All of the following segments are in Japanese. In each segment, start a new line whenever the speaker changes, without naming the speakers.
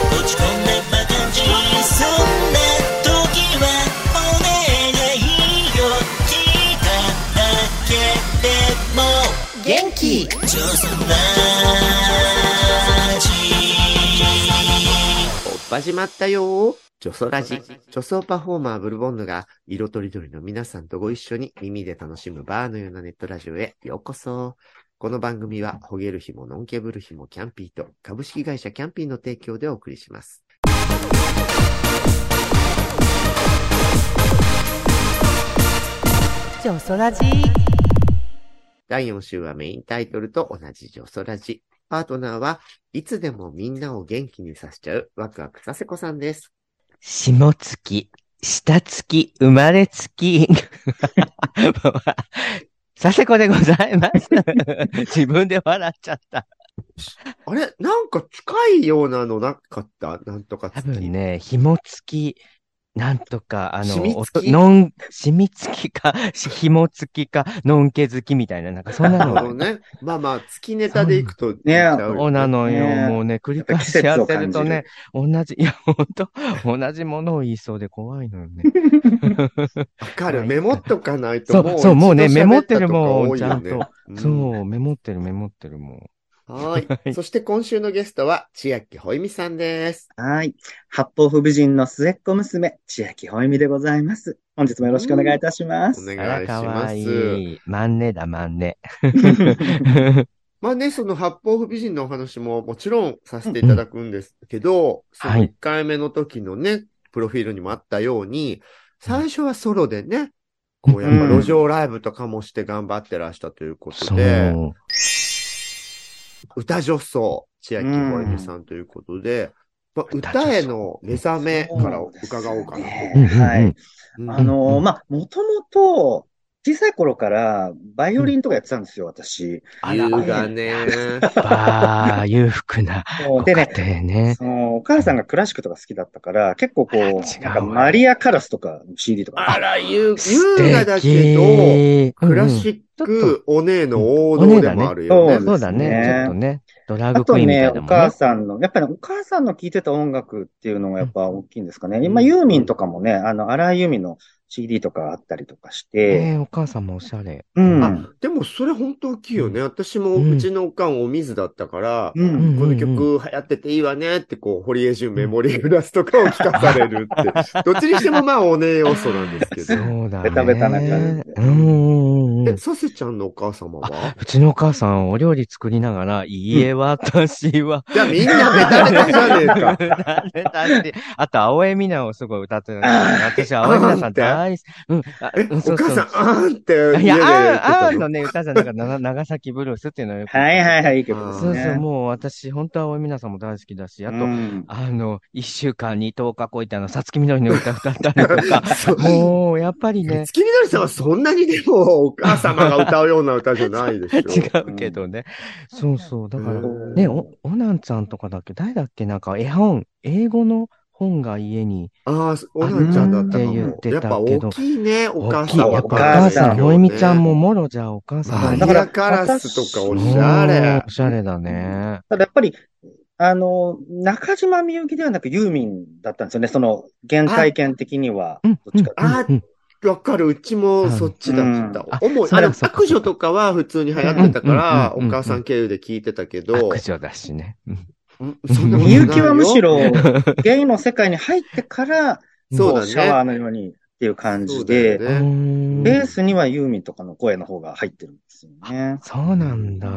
落ち込んだバカンジそんな時はお願いよ聞いただけでも
元気
ジョスラジ
おっ始まったよー。ジョソラジ。ジョソパフォーマーブルボンヌが色とりどりの皆さんとご一緒に耳で楽しむバーのようなネットラジオへようこそ。この番組は、ほげる日もノンケブル日もキャンピーと株式会社キャンピーの提供でお送りします。
ジョソラジ
第4週はメインタイトルと同じジョソラジ。パートナーはいつでもみんなを元気にさせちゃうワクワクさせこさんです。
下月、下月、生まれつき。 させこでございます。 自分で笑っちゃった。
あれなんか近いようなのなかったなんとか
多
つき
分ね、紐付き、なんとか、あ
染み
の、お
付き
のん、染み付きか、し紐付きか、のんけ付きみたいな、なん かそんな
なるほど
の。
ね。まあまあ、月ネタでいくと、
ね
やっちゃうよ
そうなのよ、
ね
もうね、繰り返しやってるとね
季、
同じ、いや、ほんと、同じものを言いそうで怖いのよ ね。
わか
は
る。
い
メモっとかないと。
そうそうもうね
一度喋たとか
メモってるも
多いよ
ん
ね
ちゃんと
うん
そう、メモってるメモってるもん。
はーい。そして今週のゲストは、千秋ほいみさんです。
はい。八方不美人の末っ子娘、千秋ほいみでございます。本日もよろしくお願いいたしま
お
す。
願
あら、
いし
か
ま
わい
す。
い。マンネだ、マンネ。
まあね、その八方不美人のお話ももちろんさせていただくんですけど、そ
は
の
い
1回目の時のね、プロフィールにもあったように、最初はソロでね、こうやっぱ路上ライブとかもして頑張ってらしたということ
そ
で、
う。
歌女装、千秋ほえみさんということで、まあ、
うん
歌への目覚めから伺おうかな。
うんうんうん
はい。
うん
あのーまあ、もともと、小さい頃から、バイオリンとかやってたんですよ、私。
あら、
優雅ね。
ばあ、裕福な
そう
ご
で
家
ね、
庭ね。
そのお母さんがクラシックとか好きだったから、結構こ
あ違う
う、なんかマリア・カラスとかの CD と
あ
か、
ら、優
素敵
優雅だけど、、クラ
ッ
シ
う
ッ
んうん
クお姉の王道でもあるよ
お姉
ね。
だね
そうだね。
ね
ちょっとね、ドラ
あ
ァグ
と
クイーンみた
ね、
いな
お
もん
母
ね。
さんの、やっぱり、ね、お母さんの聴いてた音楽っていうのがやっぱ大きいんですかね。今、ユーミンとかもね、あの、荒井由実の CD とかあったりとかして、
えーお母さんもおしゃれ。
うん
あ
でもそれ本当大きいよね。私も
うん
うちのおかんお水だったから、
う
うん
ん。
この曲流行ってていいわねって、こう、堀江純メモリーグラスとかを聞かされ るって。どっちにしてもまあ、お姉要素なんですけど。
そうだね。
ベタベタな感じで
うんうんうんう
え、
ん。
させちゃんのお母 様は
うちのお母さん、お料理作りながら、いいえ、私は、
じゃあみんなベタベタじ ゃねえか。
ベタベタあと、青江美奈をすごい歌ってたんですけど。私、青江美奈さん大好き。うん。あ
え、
うん
お母さん、あーんって
いや、
家で言っ
あ
て
ん、あ
た
んの
の。
ね、歌じゃなくて、な長崎ブルースっていうのをよく。
はいはいはい、いい曲です
そう
ね。
そう、もう私、本当は青江美奈さんも大好きだし、あと、
うん
あの、一週間に10日こいて、あの、さつきみのりの歌歌ったりと か、もう、やっぱりね、
月みどりさんはそんなにでもお母様が歌うような歌じゃないでしょ。
違うけどね。そうそう、だから、
うん
ね、お、おなんちゃんとかだっけ、誰だっけ、なんか絵本、英語の本が家に、
ああ、おなんちゃんだったか
あうんっ
も。
て言った
やって
け
ぱ
ど
大きいね、お母
大きい、
様。
やっぱお
お母
母さ
さ
ん、
ん
ほいみちゃんも、もろじゃん、お母さ
マ
ん
リ
も。
アカラスとかおしゃれ
お。しゃれだね。
ただやっぱり、あの、中島みゆきではなくユーミンだったんですよね。その、原体験的には、
う
どっち
ん、
か。
あ
うん、
わかる。うちもそっちだった
うん。あ
主に、
そうだ
あれ、
そうだ
悪女とかは普通に流行ってたから、
う
お
んうんうんうん
母さん経由で聞いてたけど、
悪女だしね。うん
うんそんなことない
み
よ
ゆきはむしろ、ゲイの世界に入ってから、
そう
こ
だね
シャワーのようにっていう感じで、
そうだよね
うん
ベースにはユーミンとかの声の方が入ってるんですよね。
そうなんだ。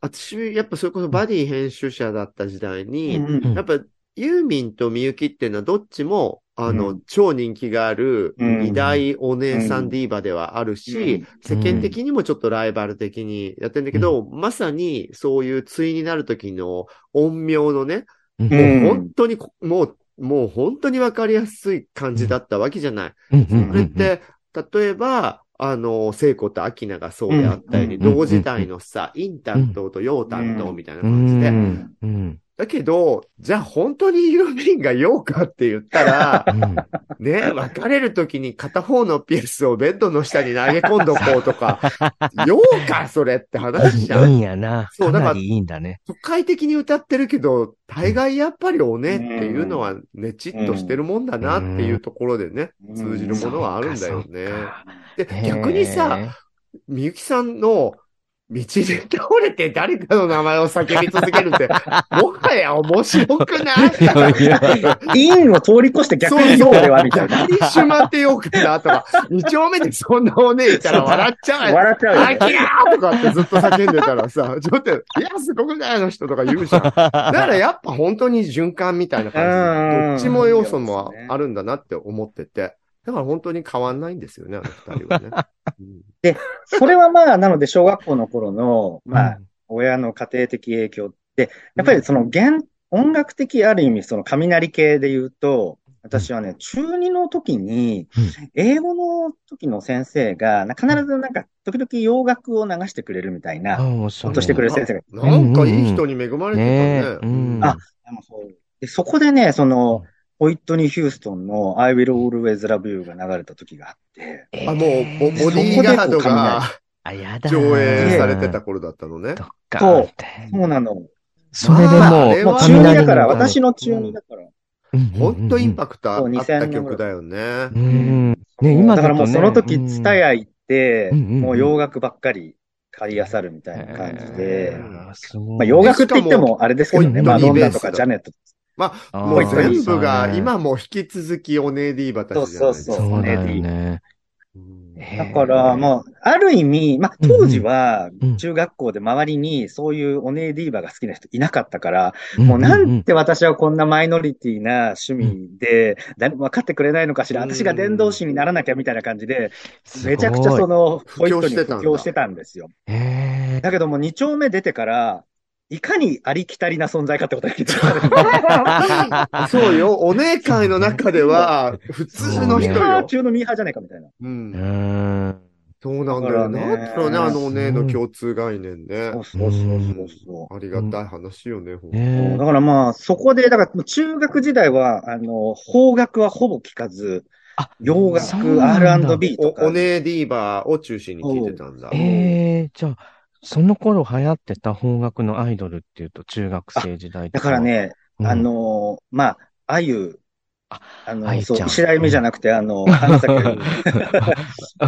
私、やっぱそれこそバディ編集者だった時代に、
うんうん
やっぱユーミンとみゆきっていうのはどっちも、あの、
うん
超人気がある、
うん
二大お姉さ
うんん
ディーバではある
う
し
ん、
世間的にもちょっとライバル的にやってんだけど、まさにそういう対になる時の音量のね、
う
う
んん
本当にこ、もう、もう本当にわかりやすい感じだったわけじゃない。
うんうん
そうれっ
ん
て、例えば、あの、聖子と明菜がそうであったように、
うん
同時代のさ、インタントとヨータントみたいな
う
感じで、
んうん
だけど、じゃあ本当にユーミンがようかって言った ら、
うん
ね、別れる時に片方のピースをベッドの下に投げ込んどこうとか、ようかそれって話じゃ
いい
ん。
んやな。
そう
か
だから
なりいいんだね。
都会的に歌ってるけど、大概やっぱりおねっていうのはねちっとしてるもんだなっていうところでね、
うん
通じるものはあるんだよね。
そ
で
うか。、
逆にさ、
へー、
みゆきさんの道で倒れて誰かの名前を叫び続けるって、もはや面白くない
いやいや
インを通り越して逆に
そ
そうう
そう
ではみたいな。
逆にしまってよくなとか、二丁目でそんなお姉いたら笑っちゃうよ。
笑っちゃう
あ
よ
き
ね。
らーとかってずっと叫んでたらさ、ちょっと、いや、すごくないあの人とか言うじゃん。だ からやっぱ本当に循環みたいな感じ
うん
で、どっちも要素もあるんだなって思ってて、だから本当に変わんないんですよね、あの二人 はね。うん
それはまあ、なので小学校の頃の、まあ
う、ん
親の家庭的影響って、やっぱりその弦、音楽的ある意味、その雷系で言うと、私はね、中2の時に、英語の時の先生が、な必ずなんか、時々洋楽を流してくれるみたい
あ
な、
面白
ほ
い
っとしてくれる先生が
なんかいい人に恵まれてたね。
うんうんうんねえうん
ああのそうでそこでね、その、ホイットニー・ヒューストンの I Will Always Love You が流れた時があって、
えー
あ、もうボ、ボディーガードが
あ、やだ。
上映されてた。頃だったのね。
とか。
そうそうなの。
それで
まああ
も
れ
う、
も
は
う
あ
中
雷
2
の
だから、私の中2だから。
うん
ほんとインパクトあ
そう
あっ
2000
た
年
曲だよね。
うん。ね、今
だからもう
とね
その時、ツタヤ行って、
うんうんうん
もう洋楽ばっかり買い漁るみたいな感じで、
えーすごい
まあ、洋楽って言ってもあれですけどね、
し
マ
かも
ドンナ
ホイットニーベー
と
スだ
かジャネット。
あー
もう全部
そう
が、
ね
今も引き続きオネーディーバたちじゃないですか。
そう
そうだよ
そう
ね。
うん
だから、
う、
もう、ある意味、まあ、当時は
うんうん、
中学校で周りに、そういうオネーディーバが好きな人いなかったから、
ん
もうなんて私はこんなマイノリティな趣味で、誰も分かってくれないのかしら、
うん
私が伝道師にならなきゃみたいな感じで、めちゃくちゃそ
の、
の、
布教
ホイット
して
に
たんだ
布教してたんですよ。
へー
だけども、二丁目出てから、いかにありきたりな存在かってことが気づかれる
そうよ。お姉会の中では、 普通の
ミ
人
ーハー
よ。
中のミーハーじゃねえかみたいな。
う。
うんーん。
そうなんだよ。
だから
なん
ね
だろうね、あのお姉の共通概念ね。
そうそうそうそうそ
ありがたい話よね、ほんと
う。
ね
だからまあ、そこで、だから中学時代は、あの、邦楽はほぼ聞かず
あ、
洋
そう
楽、
なんだ
R&B と
お
か。
お姉ディーバーを中心に聞いてたんだ。
ええー、じゃあ、その頃流行ってた邦楽のアイドルっていうと、中学生時代と
だから、ね、
うん
あ、の、まあ、あゆ、
あ
あ
あ
の、
ゆちゃん
そう、石田ゆみじゃなくて、あの、あのさっき の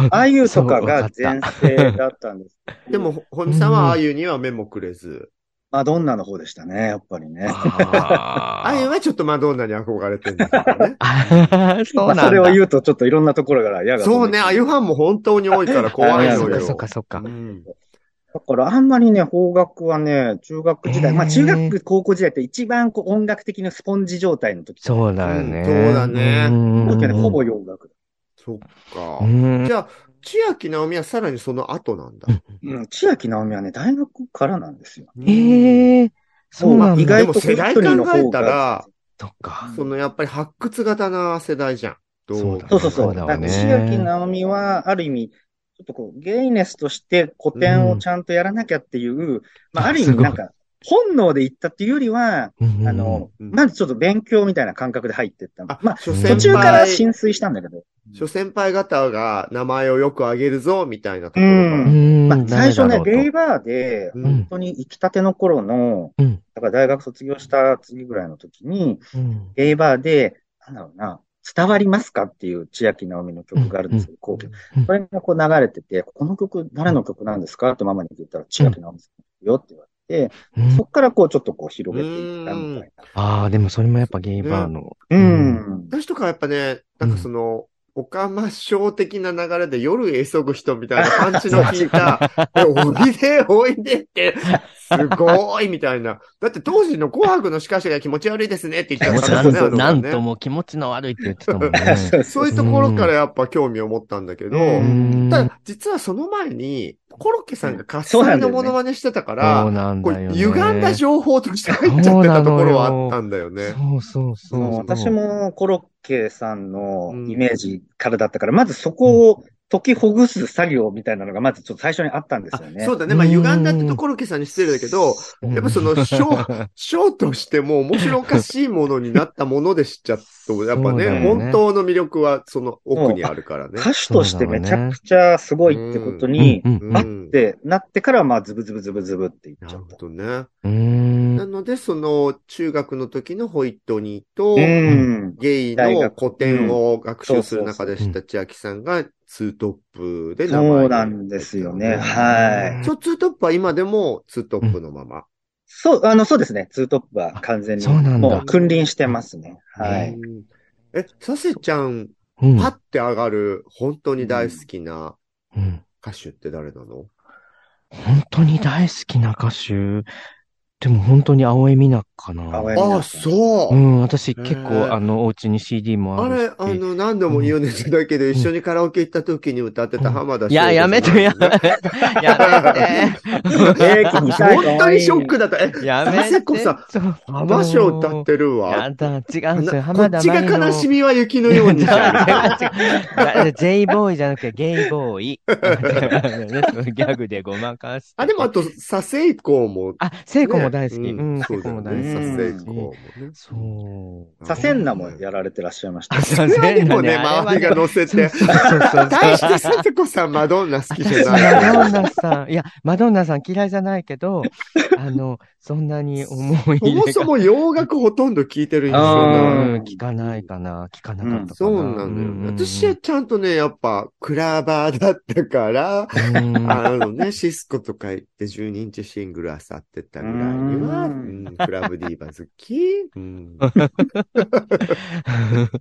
あゆとかが全盛だったんです。
でも、ほみさんはあゆには目もくれず、
マドンナの方でしたね、やっぱりね。
あ
あゆはちょっとマドンナに憧れてるんだけどね。
あ、そう
ま
な
あ
んだ。
それを言うと、ちょっといろんなところから矢が飛んで
そうね、あゆファンも本当に多いから怖い
あ
や
の
そ
よ。
うか、そうか、そうか
う。ん
だからあんまりね、邦楽はね、中学時代、
えー
まあ中学、高校時代って一番こう音楽的なスポンジ状態の時。
そうだよね。
うんそうだね
うん
当時はね、ほぼ洋楽。
そっか
う。ん
じゃあ、千秋直美はさらにその後なんだ。
うん、千秋直美はね、大学からなんですよ。
ええー、そうなん
まあ
だ。
意
で
外
も
と
世
ホイ
代
ットニーの
考
方が
えたら、
そっか。
そのやっぱり発掘型な世代じゃん。どう
だ
そうそうそう。
そうだ
だ
わ
から
ね
千秋直美は、ある意味、ちょっとこう、ゲイネスとして古典をちゃんとやらなきゃっていう、まあある意
す
味
ごい
なんか、本能で言ったっていうよりは、
うんうん
あの、
うん
まずちょっと勉強みたいな感覚で入ってった。
あ、
まあ、
諸
途
先
中から
輩、
浸水したんだけど。
諸先輩方が名前をよく挙げるぞ、みたいなところから
う。ん
まあ、最初ね、ゲイ
誰だろうと
バーで、
う
うんん
本当に行きたての頃の、
うん
だから大学卒業した次ぐらいの時に、
うん
ゲイバーで、なんだろうな、伝わりますかっていう千秋直美の曲があるんですけど、こう
うん
これがこう流れてて、この曲、誰の曲なんですかってママに言ったら、千秋直美さんよって言われて、
うん
そっからこうちょっとこう広げていったみたいな。
ああ、でもそれもやっぱゲイバーの。
うん。
私とかやっぱね、なんかその、おかましょう的な流れで夜へ急ぐ人みたいな感じの聞いた、でおいで、おいでって、すごいみたいな。だって当時の紅白の司会者が気持ち悪いですねって言ってたから
なん
ね、あ
と、
の
なん
ね
ともう気持ちの悪いって言ってたもんね。
そういうところからやっぱ興味を持ったんだけど、
うん
ただ実はその前に、コロッケさんが喝
そうな
采
んだ
の
よね
モノマネしてたか
そ
ら
う、なん
こ
だ
う
よね。
歪んだ情報として入っちゃってたところはあったんだよね。
そうそうそう
もう私もコロッケさんのイメージからだったから、まずそこを解きほぐす作業みたいなのが、まずちょっと最初にあったんですよね。
そうだね。まあ、
うん
歪んだってとコロッケさんに失礼だけど、やっぱその、ショー、ショーとしても面白おかしいものになったものでしちゃっと、やっぱ
そう
ね、
だよね
本当の魅力はその奥にあるからね。
歌手としてめちゃくちゃすごいってことに、
うん
う
あっ
ん
てなってから、まあ、ズブズブズブズブって言っ
な
ちゃ
る
っ
ほ
た。
どね。
うん
なので、その、中学の時のホイットニーと、
うん。
ゲイ
大
の
学
古典を学習する中で
そう
し
そ
た千秋さんがツートップで名前
そうなんですよね。はい。
そう、ツートップは今でもツートップのまま。
そう、あの、そうですね。ツートップは完全に、
あそうなんだ
もう君臨してますね。はい。
うん。え、サセちゃん、
うん
パッて上がる、本当に大好きな
うん
歌手って誰なの
本当に大好きな歌手。でも本当に青江美奈かな。
青江
ああ、そうう。
ん、私結
へ
構
ー
あの、お家に CD も
あ
あるし
れ、。あの、何度も言うんですだけど、一緒にカラオケ行った時に歌ってた浜田
いや、
省
や
吾
め
さん
て、 やめて。や
えー聞きたい
本当にショックだった。え
めて。、やめて。
させこさん、浜省歌ってるわ。
やだ、違うんですよ。
な
浜田
こっちが悲しみは雪の ようにじゃん。
J ボーイじゃなくてゲイボー イ。ねギャグでごまかして。
あ、でもあと、佐世子も、ね。
あ、聖子も大好き。
う
うんん、
そ
聖
う
子
だよ
も大
ね。
好
うん
佐世子もね
き。。そう。
サセンナもやられてらっしゃいました
あ、。
そ
さ
れは
せ
で
ん
も
な
ね、周りが乗せて。
そうそう そう
対して佐世子さん、マドンナ好きじ
私、
ゃない。
マドンナさん、いや、マドンナさん嫌いじゃないけど、あの、そんなに思い
そ
入
も
れ
そ
が。
も洋楽ほとんど聴いてる印象
あ
が
ー
うん聞かないかな、聞かなかったかな。
そうなのよね。私はちゃんとね、やっぱ、クラバーだったから、
うん
あのね、シスコとか行って12インチシングル漁ってたぐらいには、う
うん
んクラブディーバ好き。うん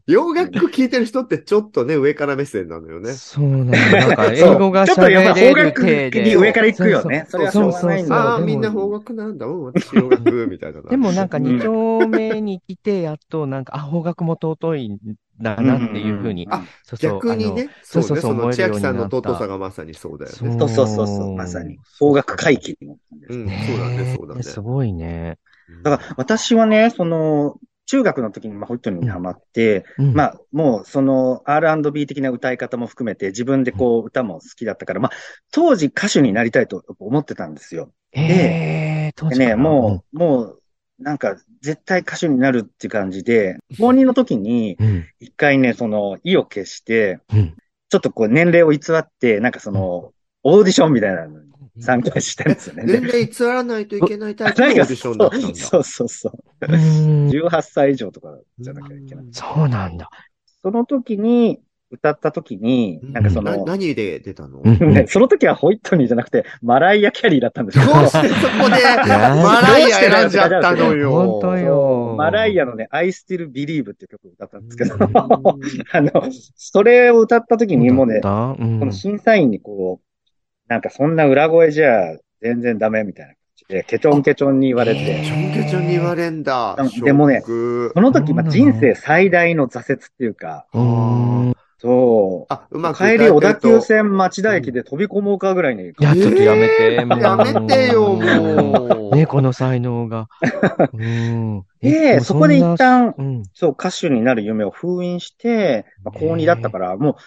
洋楽聴いてる人ってちょっとね、上から目線なのよね。
そうなの。なんか、英
そう
語が
ちょっとやっ
喋
ぱ方
れる
角
体
的
で。
に上から行くよね。それはしょうがないん
そう
だ。
ああ、
でも
みんな邦楽なんだ。うん、私洋楽、みたいな。
でもなんか二丁目に来て、やっとなんか、あ、方角も尊いんだなっていうふうに
ん。んんあ、
そうそう
逆にね、そ
そううそう
ね、
そ
そうの
思える
千
よう
秋
に
さ
なった
んの弟さんがまさにそうだよね。
そうそうそうそう、まさに。方角回帰の。
うん、そうだね、そうだ
へー
ね。
すごいね。
だから私はね、その、中学の時にまあホイットニーにハマって、
うん
まあ、もうその R&B 的な歌い方も含めて自分でこう歌も好きだったから、まあ、当時歌手になりたいと思ってたんですよ。
ええ、当
で
時か
ね、
ら
もう、もう、なんか絶対歌手になるって感じで、高2の時に
うん、うん
一回ね、その意を決して、
うん
ちょっとこう年齢を偽って、なんかその、オーディションみたいなのに参加したんですよね。
年
で
齢偽らないといけないタイプの
なん
オーデ
か
ィションだったんだ。
そうそうそう。
うん
18歳以上とかじゃなきゃいけない。
そうなんだ。
その時に、歌った時に、なんかそ
な
の、
何で出たの
うん
ねその時はホイットニーじゃなくて、マライア・キャリーだったんです
ど
け
う
ど、
してそこで、マライア選んじゃったのよ。
本当よ。
マライアのね、I Still Believe っていう曲を歌ったんですけど、
うん
あの、それを歌った時にもうね、
だったうん
この審査員にこう、なんかそんな裏声じゃ全然ダメみたいな感じで、ケチョンケチョンに言われ
へ
て、
ちょんけちょんに言われんだ。
でもね
ショック
その時、まあ、
そうな
人
の
生最大の挫折っていうか、
うん
そう、
あ、うまく歌え
帰り
てると
小田急線町田駅で飛び込もうかぐらいに、
いや、ちょっとやめて。もう
やめてよ、もう。
ね、この才 能が。うん。
で、そこで一。旦、
うん。
そう、歌手になる夢を封印して、まあ、高2だったから、も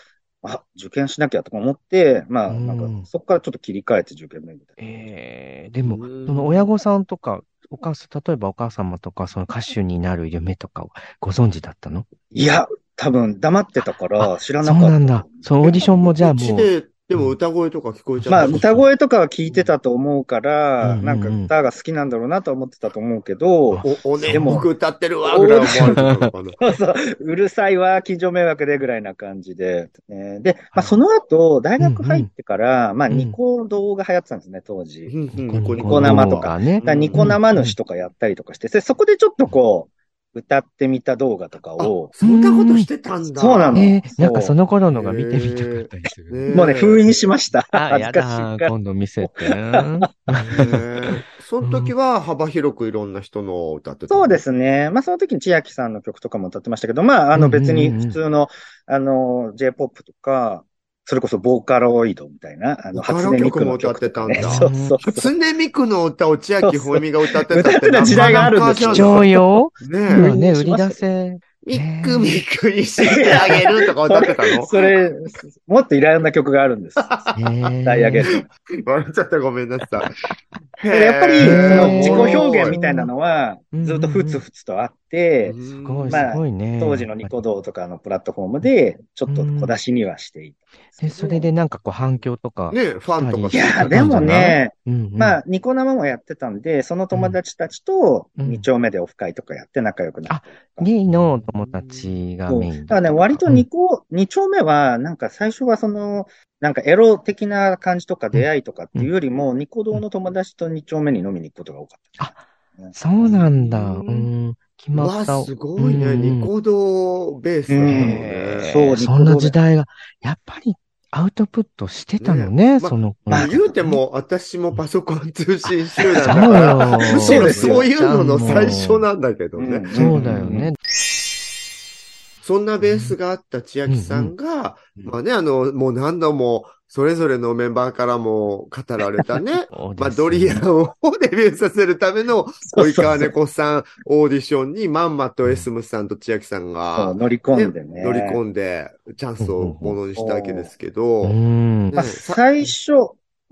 う、あ、受験しなきゃとか思って、まあ、
うん
なんか、そこからちょっと切り替えて受験勉強だ
ええでも、その親御さんとか、お母さん、例えばお母様とか、その歌手になる夢とかをご存知だったの
いや、多分黙ってたから知らな
そ
か
う
った。
なんだ。そのオーディションもじゃあ
う
も
ち
う。
で、でも歌声とか聞こえちゃった。
まあ、歌声とかは聞いてたと思うから、
うん
なんか歌が好きなんだろうなと思ってたと思うけど、
お、おね、
でも
僕歌ってるわ、ぐらい思われてたのかな。
そうそう、うるさいわ、近所迷惑でぐらいな感じで。ねで、まあ、その後、大学入ってから、まあ、
うん
ニコ動画流行ってたんですね、当時。
ニコニ
コ
コ。
生とか
ね
だか。らニコ生主とかやったりとかして、そそこでちょっとこう、歌ってみた動画とか
あ
を、、
そんなことしてたんだ。
そうなの
ええなんかその頃のが見てみたかったりする。
え
もうね、封印しました。
あ、
恥ず
や
かしいか、
だ
ら。
今度見せ て。
ねその時は幅広くいろんな人のを歌ってた。
そうで。すね。まあ、その時に千秋さんの曲とかも歌ってましたけど、まあ、あの
うんうんうん
別に普通の、あの、J-POP とか、それこそボーカロイドみたいな、あの、
ボカロ
初音ミクの
曲も歌ってたんだ
曲とかねそうそうそう。
初音ミクの歌を千秋ほえみが歌ってた
歌ってた時代があるんです
貴
よ
重よ。
ね
今ね、売り出せ。
ミックミックにしてあげるとか歌ってたの
それ、もっといろんな曲があるんです。 歌い上げ
る。
る。
笑っちゃったごめんなさい。
でやっぱり、
へー
その自己表現みたいなのは、
うん
ずっとふつふつとあって、
すごい、す
まあ
ごいね。
当時のニコ動とかのプラットフォームで、ちょっと小出しにはしていたんですけ
で、
ど
それでなんかこう反響とか。
ねファンとか
いや、でもね、
うんうん、
まあ、ニコ生もやってたんで、その友達たちと、
うん
二丁目でオフ会とかやって仲良くなって。
ゲイのお友達が
そう
メイン。
だからね、割と二個、二丁目は、なんか最初はその、なんかエロ的な感じとか出会いとかっていうよりも、ニコ動の友達と二丁目に飲みに行くことが多かった。
うんそうなんだ。
う
うんん。決
う
ま
わ、
った。
すごいね。
うんうん
ニコ動ベースなの
うん
ね。
そう
そんな時代が、やっぱりアウトプットしてたのね、
ね
その子。
まあ
言うても、私もパソコン通信集団だ
そ
か
う
ら、
よ。
むし
そう
ろ
ですよ
そういうのの最初なんだけど
う
ね
ん。
そうだよね。、
そんなベースがあった千秋さんが、
うん
まあね、あの、もう何度も、それぞれのメンバーからも語られたね
そうです
まあドリアンをデビューさせるための、及川猫さんオーディションにまんまとエスムさんと千秋さん
そう
が
乗り込んでね。
乗り込んで、チャンスをものにしたわけですけ
う
ど、
ん。
まあ、
ねさ
最初、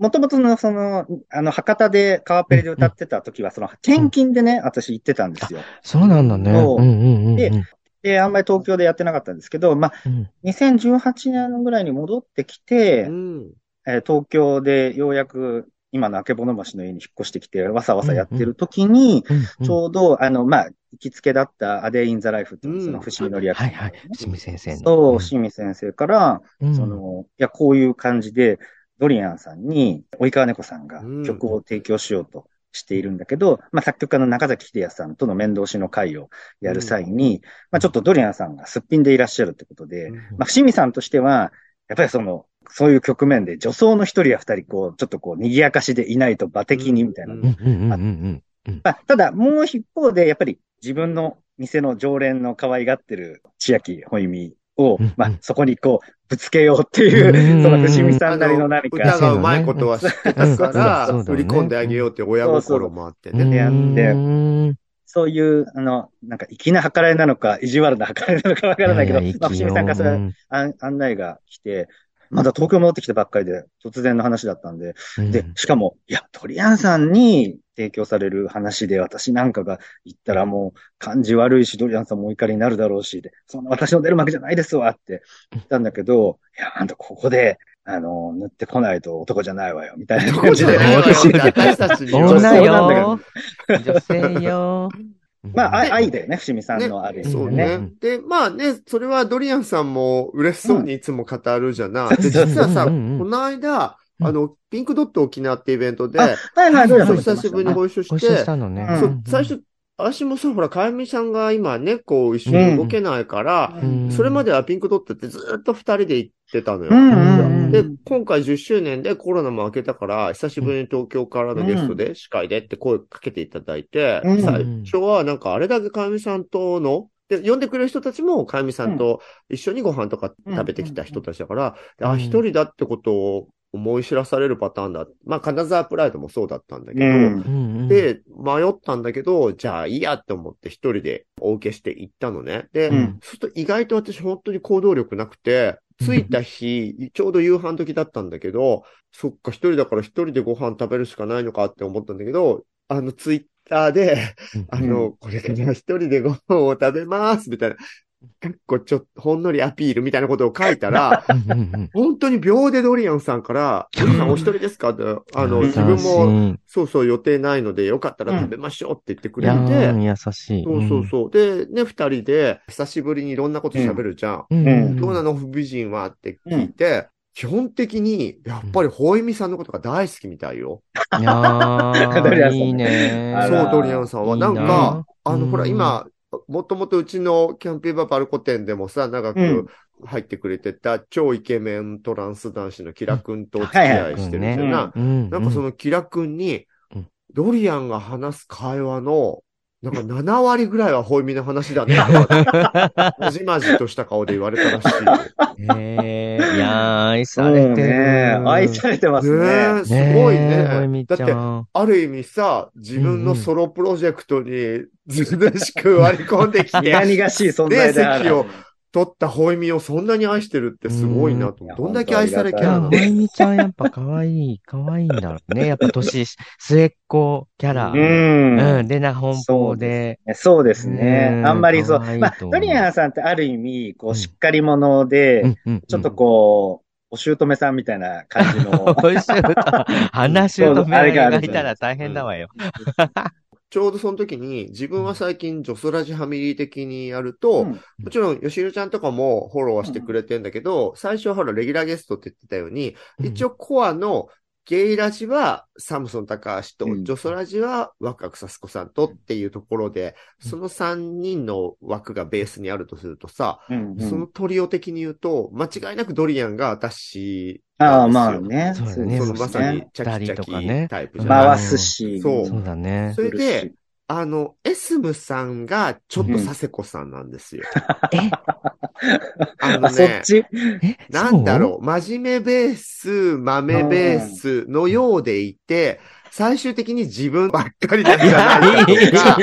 もともとのその、あの、博多で川ペリで歌ってた時は、その、転勤でね、私行ってたんですよ。
そうなんだね。
そう
うんうんうんうん。
でで、あんまり東京でやってなかったんですけど、まあ、
うん
2018年ぐらいに戻ってきて、
うん。
えー東京でようやく今のあけぼの橋の家に引っ越してきて、わさわさやってる時に、
うんうん
ちょうど、あの、まあ、行きつけだったアデイン・ザ・ライフっていうその伏見のリアクシ
は
ョ
い
ン、
はい。清水先生の。
そう、清水先生から、
うん
その、いや、こういう感じで、ドリアンさんに、及川猫さんが
うん
曲を提供しようとしているんだけど、まあ、作曲家の中崎秀也さんとの面倒しの会をやる際に、まあ、ちょっとドリアンさんがすっぴんでいらっしゃるってことで、まあ、伏見さんとしては、やっぱりその、そういう局面で女装の一人や二人、こう、ちょっとこう、賑やかしでいないと馬的にみたいな。
うん
うんうんうんうん
まあ、ただ、もう一方で、やっぱり自分の店の常連の可愛がってる千秋ほいみを
うん、
ま
う
あ
ん、
そこにこう、ぶつけようっていうう、
ん
その伏見さ
あ
んなりの何
歌
か
がうまいことは知ってたから、
そうだよね
振り込んであげようって親心もあって
うん。
ね。
であって
うん
そういう、あの、なんか、粋な計らいなのか、意地悪な計らいなのかわからないけど、
やや
まあ、伏見さんからそれ
う
案、案内が来て、まだ東京戻ってきたばっかりで、突然の話だったんで、
うん
で、しかも、いや、トリアンさんに提供される話で、私なんかが言ったらもう、感じ悪いし、トリアンさんもお怒りになるだろうし、で、そんな私の出る幕じゃないですわって言ったんだけど、いや、あんたここで、あの、塗ってこないと男じゃないわよ、みたいな
どこ
感
じ
じ
ゃ
で。
ないわよって私たちに言われ
そう
て
な
女
んだけど
よ。女性よ。
まあ、愛
あ、
愛だよね、伏見さんのある意味
そ
で
う
ね。
う
ね
ん。
で、まあね、それはドリアンさんも嬉しそうにいつも語るじゃない。
うん
で、実はさ、
う
こ
んうんうん
の間、あの、ピンクドット沖縄ってイベントで、
あはいはい、どう
そ
ぞ
う
久しぶりにご一緒
ご
し、
一緒してたのね。
うん
そう最初、私もさ、ほら、かやみさんが今ね、こう、一緒に動けないから、
うん、
それま
で、
ではピンクドットってずーっと二人で行ってたのよ。
うん
うんうん
で、今回10周年でコロナも明けたから、久しぶりに東京からのゲストで、司会でって声かけていただいて、
うん
最初はなんかあれだけかゆみさんとの、で、呼んでくれる人たちもかゆみさんと一緒にご飯とか食べてきた人たちだから、
うんうん
あ、
うん
一人だってことを思い知らされるパターンだ。まあ、金沢プライドもそうだったんだけど、
うん
うんうん、
で、迷ったんだけど、じゃあいいやって思って一人でお受けして行ったのね。で、
うん
そうすると意外と私本当に行動力なくて、着いた日、ちょうど夕飯時だったんだけど、そっか、一人だから一人でご飯食べるしかないのかって思ったんだけど、あの、ツイッターで、
うん
あの、これから一人でご飯を食べます、みたいな、かっこちょっと、ほんのりアピールみたいなことを書いたら、
うんうんうん
本当に秒でドリアンさんから、ドリアンお一人ですかって、あの、
うん
自分も、
優
そうそう、予定ないので、よかったら食べましょうって言ってく
しい。い
れて、
やー優しい。
そうそうそう。で、ね、二人で、久しぶりにいろんなこと喋るじゃん。
うん。うんうん。
どうなの不美人はって聞いて、基本的に、やっぱり、ほいみさんのことが大好きみたいよ。
いや
ドリアンさ
ー
ん
いいね
あ
そ
ら
う、ドリアンさんは。
いい
な
なん
か、あの、
うん
ほら、今、もともとうちのキャンピーバーパルコ店でもさ、長
うん
く入ってくれてた、超イケメントランス男子のキラ君とお付き
は
合
い
い
は
してるじ
ね
ゃ
うん
ない。
うん。
なんかそ
の、
のキラ君に
うん、
ドリアンが話す会話のなんか7割ぐらいはホイミの 話だね。まじまじとした顔で言われたらしいよ。
えー、いやー、愛
そ
さ
う
れて
ね
る。。
愛されてます
ねえ、
ね。
すごい
ほえ
ね。
みち
だ
ゃ
って、
ん。
ある意味さ、自分のソロプロジェクトにずるしく割り込んでき
苦
て、
々しい存在であ
ね席
る
を。取ったホイミをそんなに愛してるってすごいなと。
うん
どんだけ愛されキャ
いや
ラな
ほ
の
えみちゃんやっぱ可愛い、可愛いんだろうね。やっぱ年、末っ子キャラ。
う。
うんん、でな奔放で。
そうですね
う。ん
あんまりそう。
可愛い
まあ
と、思う
ドリアンさんってある意味、こ
うん
う、しっかり者で、
うんうんうん
ちょっとこう、お姑さんみたいな感じの。
おいしゅうと、話しゅうと目がいたら大変だわよ。
ちょうどその時に、自分は最近、ジョソラジファミリー的にやる
う
と、
ん
もちろん、ヨシルちゃんとかもフォローはしてくれてんだけど、最初はほら、レギュラーゲストって言ってたように、一応コアのゲイラジはサムソン高橋と、
うん
ジョソラジは若草すこさんとっていうところで、
うん
その3人の枠がベースにあるとするとさ、
うんうん
そのトリオ的に言うと、間違いなくドリアンが私
あ
な
あ、
んですよ。
まあね。
そうだ
そ
ね
の
です
まさに
ね
チャキチ
二人とか
ャ
ね
キタイプじゃない。
回すし。
そう
そうだね
そ。れ
する
で
し、
あの、エスムさんがちょっと佐世子さんなんですよ。
え、
あの
あ、 そ
ね
っ、ち。
え、
なんだろう、真面目ベース、豆ベースのようでいて、最終的に自分ばっかりなんじゃないかとか、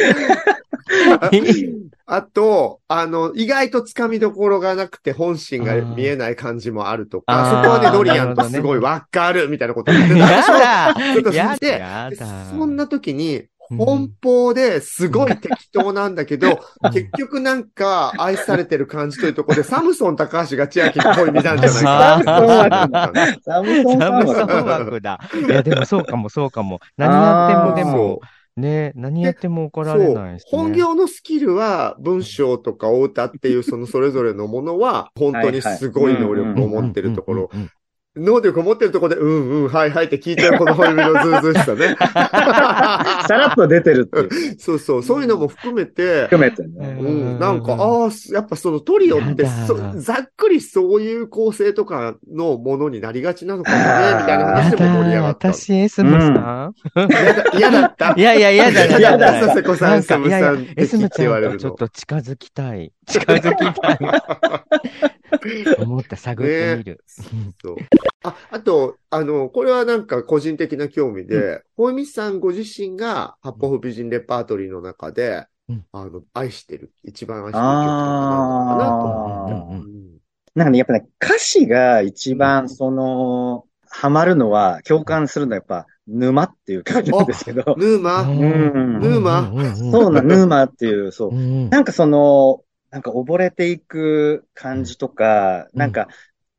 あと、あの、意外とつかみどころがなくて本心が見えない感じもあるとか、
あ
そ
ー
こはね、ドリアンと
あー
すごいわかるみたいなこと言ってた
や
私は
だ
ちょっと信
や
じて
だや
で
だ
そんな時に、
うん
奔放ですごい適当なんだけど、結局なんか愛されてる感じというところで、サムソン高橋が千秋の声見たんじゃないかなって思ったんだよね。
サムソン
サ
さん
ムソン
は。
枠だ。いや、でもそうかもそうかも。何やってもで
そ
も、
う
ね、何やっても怒られ
そ
な
う
いし。
本業のスキルは文章とかお歌っていうそのそれぞれのも のは本当にすごい能力を持ってるところ。
うんうんうん
能力を持ってるところで、うんうん、はいはいって聞いてるこの本音のズーズーし さね。
さらっと出てるっていう。
そうそう、そういうのも含めて、
含めてね。
うん、なんか、
うん
ああ、すやっぱそのトリオって
やだ
そ、ざっくりそういう構成とかのものになりがちなのかもね、みたいな話
や
でも盛り
だ
上がった。
私、エスムさ
嫌だ嫌だった
んいやいや、やだ、やだ。
嫌
や
だ、
だ
佐世子さ、
なんん
サ
か
ム
いやい
さ
や
んって
エス
聞
ム
いて
ち
言
ゃ
わ
ん
れ
と
る
ちょっ
の。
と近づきたい。近づきたい。 思った、探ってみる。
そうあ、あと、あの、これはなんか個人的な興味で、ほいみさんご自身が、八方美人レパートリーの中で
うん、
あの、愛してる、一番愛してる曲なのか
あ
う
なと。
ん
あ。
うん
うん
なんかね、やっぱね、歌詞が一番、その、ハマるのは、共感するのはやっぱ、沼っていう感じなんですけど。
ヌーマ、
うん
ヌーマ
そう な、沼っていう、そう。
うん
なんかその、なんか溺れていく感じとか、
うん
なんか、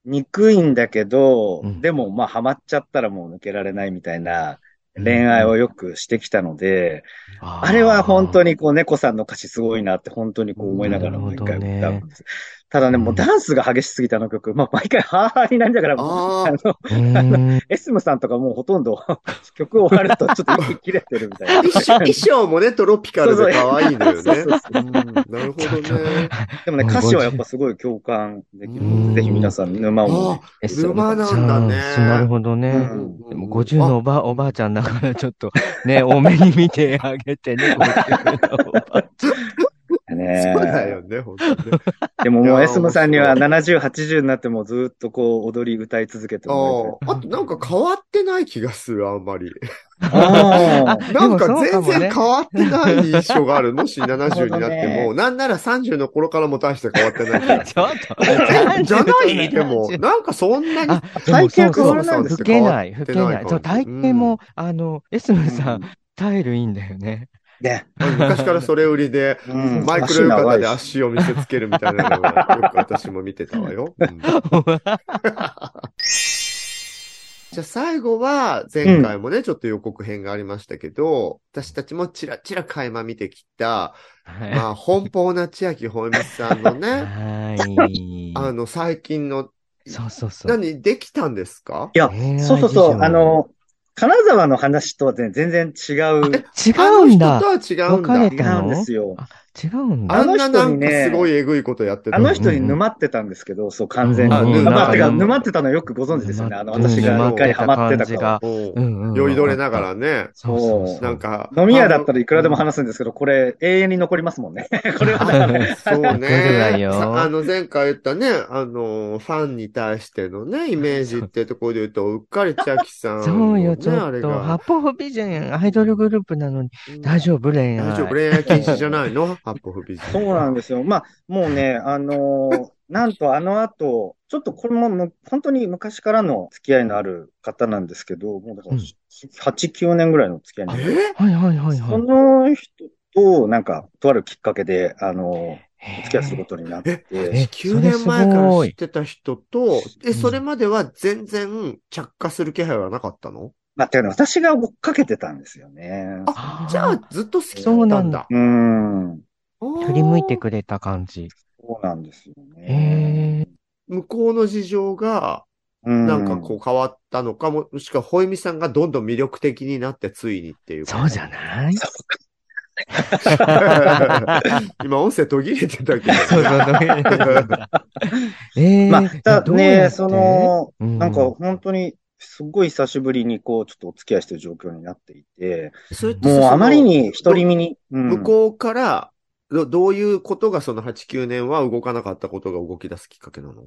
憎いんだけど、
うん
でもまあハマっちゃったらもう抜けられないみたいな恋愛をよくしてきたので、あれは本当
に。
にこう猫さんの歌詞すごいなって本当にこう思いながら毎回歌うんです。ただね、
うん
もうダンスが激しすぎたあの曲、まあ毎回ハーハーになりながらもう、
あー
あの、
うん
エスムさんとかもうほとんど 曲終わるとちょっと息切れてるみたいな。
衣 装衣装もね、トロピカルで可愛いのよ
そう
ね
そう。そう
うんなるほど ね。
でもね、
うん
歌詞はやっぱすごい共感できるの
うん
で、ぜひ皆さん、沼を
あ
ね。
エ
あ、
スム
沼な
そう
だ
そうなる
ね。
ほどね。
うん
でも50のおばあ、おばあちゃんだからちょっとね、 多めに見てあげてね、50のおばあちゃん。
あ。
ね
そうだよね、本 当にね。
でもも、
いうやー
エスムさんには
面
70、80になってもずっとこう、踊り、歌い続けても
あああとなんか変わってない気がする、あんまり。
らいたい。あ
で
なん
もそう
か全
もね
然変わってない印象がある。もし70になっ
なる
て
ほど
も、なんなら30の頃からも大して変わってない 気がす
ちょっと。
る。じゃないでも、
30
なんかそんなに
あ、でもそう
体型変
そ
わ
う
らないんです
老
よ
けない、
変わ
老
って
け
ない
ない。そう、
感
体
じ
型も、あの、エスム
ー
さん、、タイルいいんだよね。
ね。
昔からそれ売りで、
うん
マイクロ浴衣
足長
で
いし
足を見せつけるみたいなのが、よく私も見てたわよ。うんじゃあ最後は、前回もね、ちょっと予告編がありましたけど、私たちもちらちら垣間見てきた、まあ、奔放な千秋ほえみさんのね、
はい。
あの、最近の、
そうそうそう。
何、できたんですか
いや
恋愛、事情
そうそうそう、あの、金沢の話とは全然違う、
違
あの
うん
人
だ
と。は違うん
別
だ
れ。
違うんですよ。
あ違うんだ。
あ
あ
ん
の
な
人
なん
に
か
ね
すごいえぐいことやってた。
あの人に沼ってたんですけど、そう、完全に。
あ沼
沼ってか
沼
沼ってたのよくご存知ですよね。あの、私
沼
が
っ
一
て
回ハマってた
感じ
か
が
ら。
も
う
うん
うん
酔いどれながらね。
そうそうそう。
なんか。
飲み屋だったらいくらでも話すんですけど、これ永遠に残りますもんね。これはだからね。
そうね。
大丈夫だよ
さあの、前回言ったね、あの、ファンに対してのね、イメージってところで言うと、うっかり千秋さん、ね。
そうよ、ち
あ
ょ
れ
っと。
が
八方美人、アイドルグループなのに、大丈夫、恋愛。
大丈夫、恋愛禁止じゃないの八方不備
そうなんですよ。まあ、もうね、 あのーなんとあの後、ちょっとこれもむ本当に昔からの付き合いのある方なんですけど、もうだから
うん
8、9年ぐらいの付き合いなんで
え
はいはいはいは
そ
い。
の人と、なんか、とあるきっかけで、あのー、お
へー
付き合いすることになって、
え
?9
それ
年前か
す
ら
ご
知
い
ってた人と、え、
ん
それまでは全然着火する気配はなかったの
まあ、てかね私が追っかけてたんですよね。
あー
じゃあ、ずっと好きだったんだ。
うーん。
振
振り向いてくれた感じ。
そうなんですよね。
へ
向こうの事情が、
うん
なんかこう変わったのかも、もしくは、ほいみさんがどんどん魅力的になってついにっていう。
そうじゃない
そう
今音声途切れてたけど。
そうそうそう。 えー、
まあ、た
ど
だ
うや
ね、
って
そ、の、
うん
なんか本当に、すごい久しぶりに、こう、ちょっとお付き合いしてる状況になっていて、
それって
もう
その
あまりに独り身に、うん
向こうから、どどういうことがその8、9年は動かなかったことが動き出すきっかけなの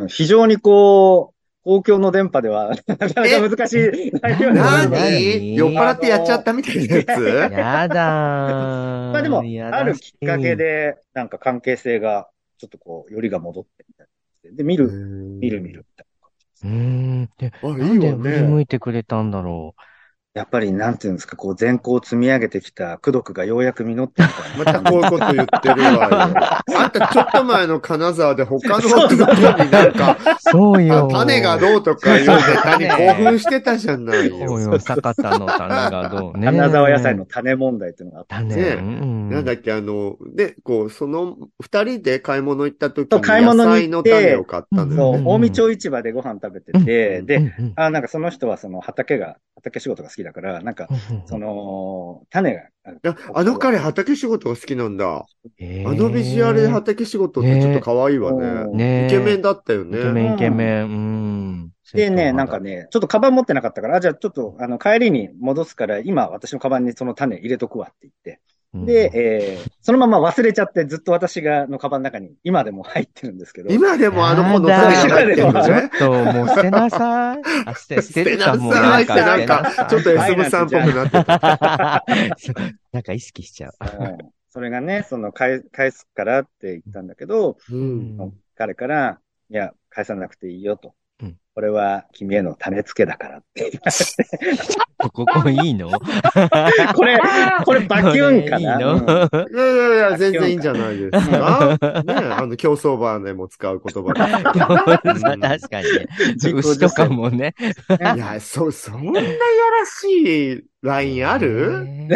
うん、非常にこう、公共の電波では、なかなか難しい内容な
なに
んですけど
何
酔っ払ってやっちゃったみたいなやつ
やだー。
まあでも、
や
あ
だ
る
し
きっかけ。で、なんか関係性が、ちょっとこう、よりが戻ってみたいな。で、見る、見る見。るみたいな感じです
うーん。で、な
あ、
い
い
んで
よ
振り向
ね。
いてくれたんだろ
やっぱり、なんていうんですか、こう、善行を積み上げてきた功徳がようやく実ってみたいな。
またこういうこと言ってるわよ。あんたちょっと前の金沢で他の
そう
男
そう
になん
う。
か、
そうよ。
種がどうとか言うネタに興奮してたじゃない
そ
よ
う。よ、坂田の種がどうね。
金沢野菜の種問題っていうのがあって。
種。
ね
うん
なんだっけ、あの、で、こう、その、二人で買い物行った時
そう
に
買い
野
物に行って
菜の種を買ったの
そ
よ
う、
ね。
大見町市場でご飯食べてて、
うん
で、
うんうん
あ、なんかその人はその畑が、畑仕事が好きだから、なんか、その、種が、
ああの彼畑仕事が好きなんだ。
へー
あのビジュアルで畑仕事ってちょっと可愛いわね。
ねえ
イケメンだったよ
イケメ
ね。
ン、イケメン。うん。
でね、なんかね、ちょっとカバン持ってなかったから、あじゃあちょっと、あの、帰りに戻すから、今私のカバンにその種入れとくわって言って。
うん、
で、えー、そのまま忘れちゃって、ずっと私が、のカバンの中に、今でも入ってるんですけど。
今でもあの本の種が入ってるの
ちょ
ね
っ。と、もう捨てなさい。あ捨て、捨て
捨て
る
な
かもう
さいってな
捨
ん
て
か、
さい
ちょっと SM さんっぽくなってた。
そうなんか意識しちゃう。
うんそれがね、その、返返すからって言ったんだけど、
うん。
彼から、いや、返さなくていいよと
うん。
これは君への種付けだからって。
ここ、ここいいの
これ、これバキュンかな。
これい
う
いの
ん
いやいやいや、全然いいんじゃないですか。 ねあの、競走馬でも使う言葉ですか
でも
らうん
確かにね。
自己受精
牛とかもね。
いや、そ、そんなやらしいラインある
ね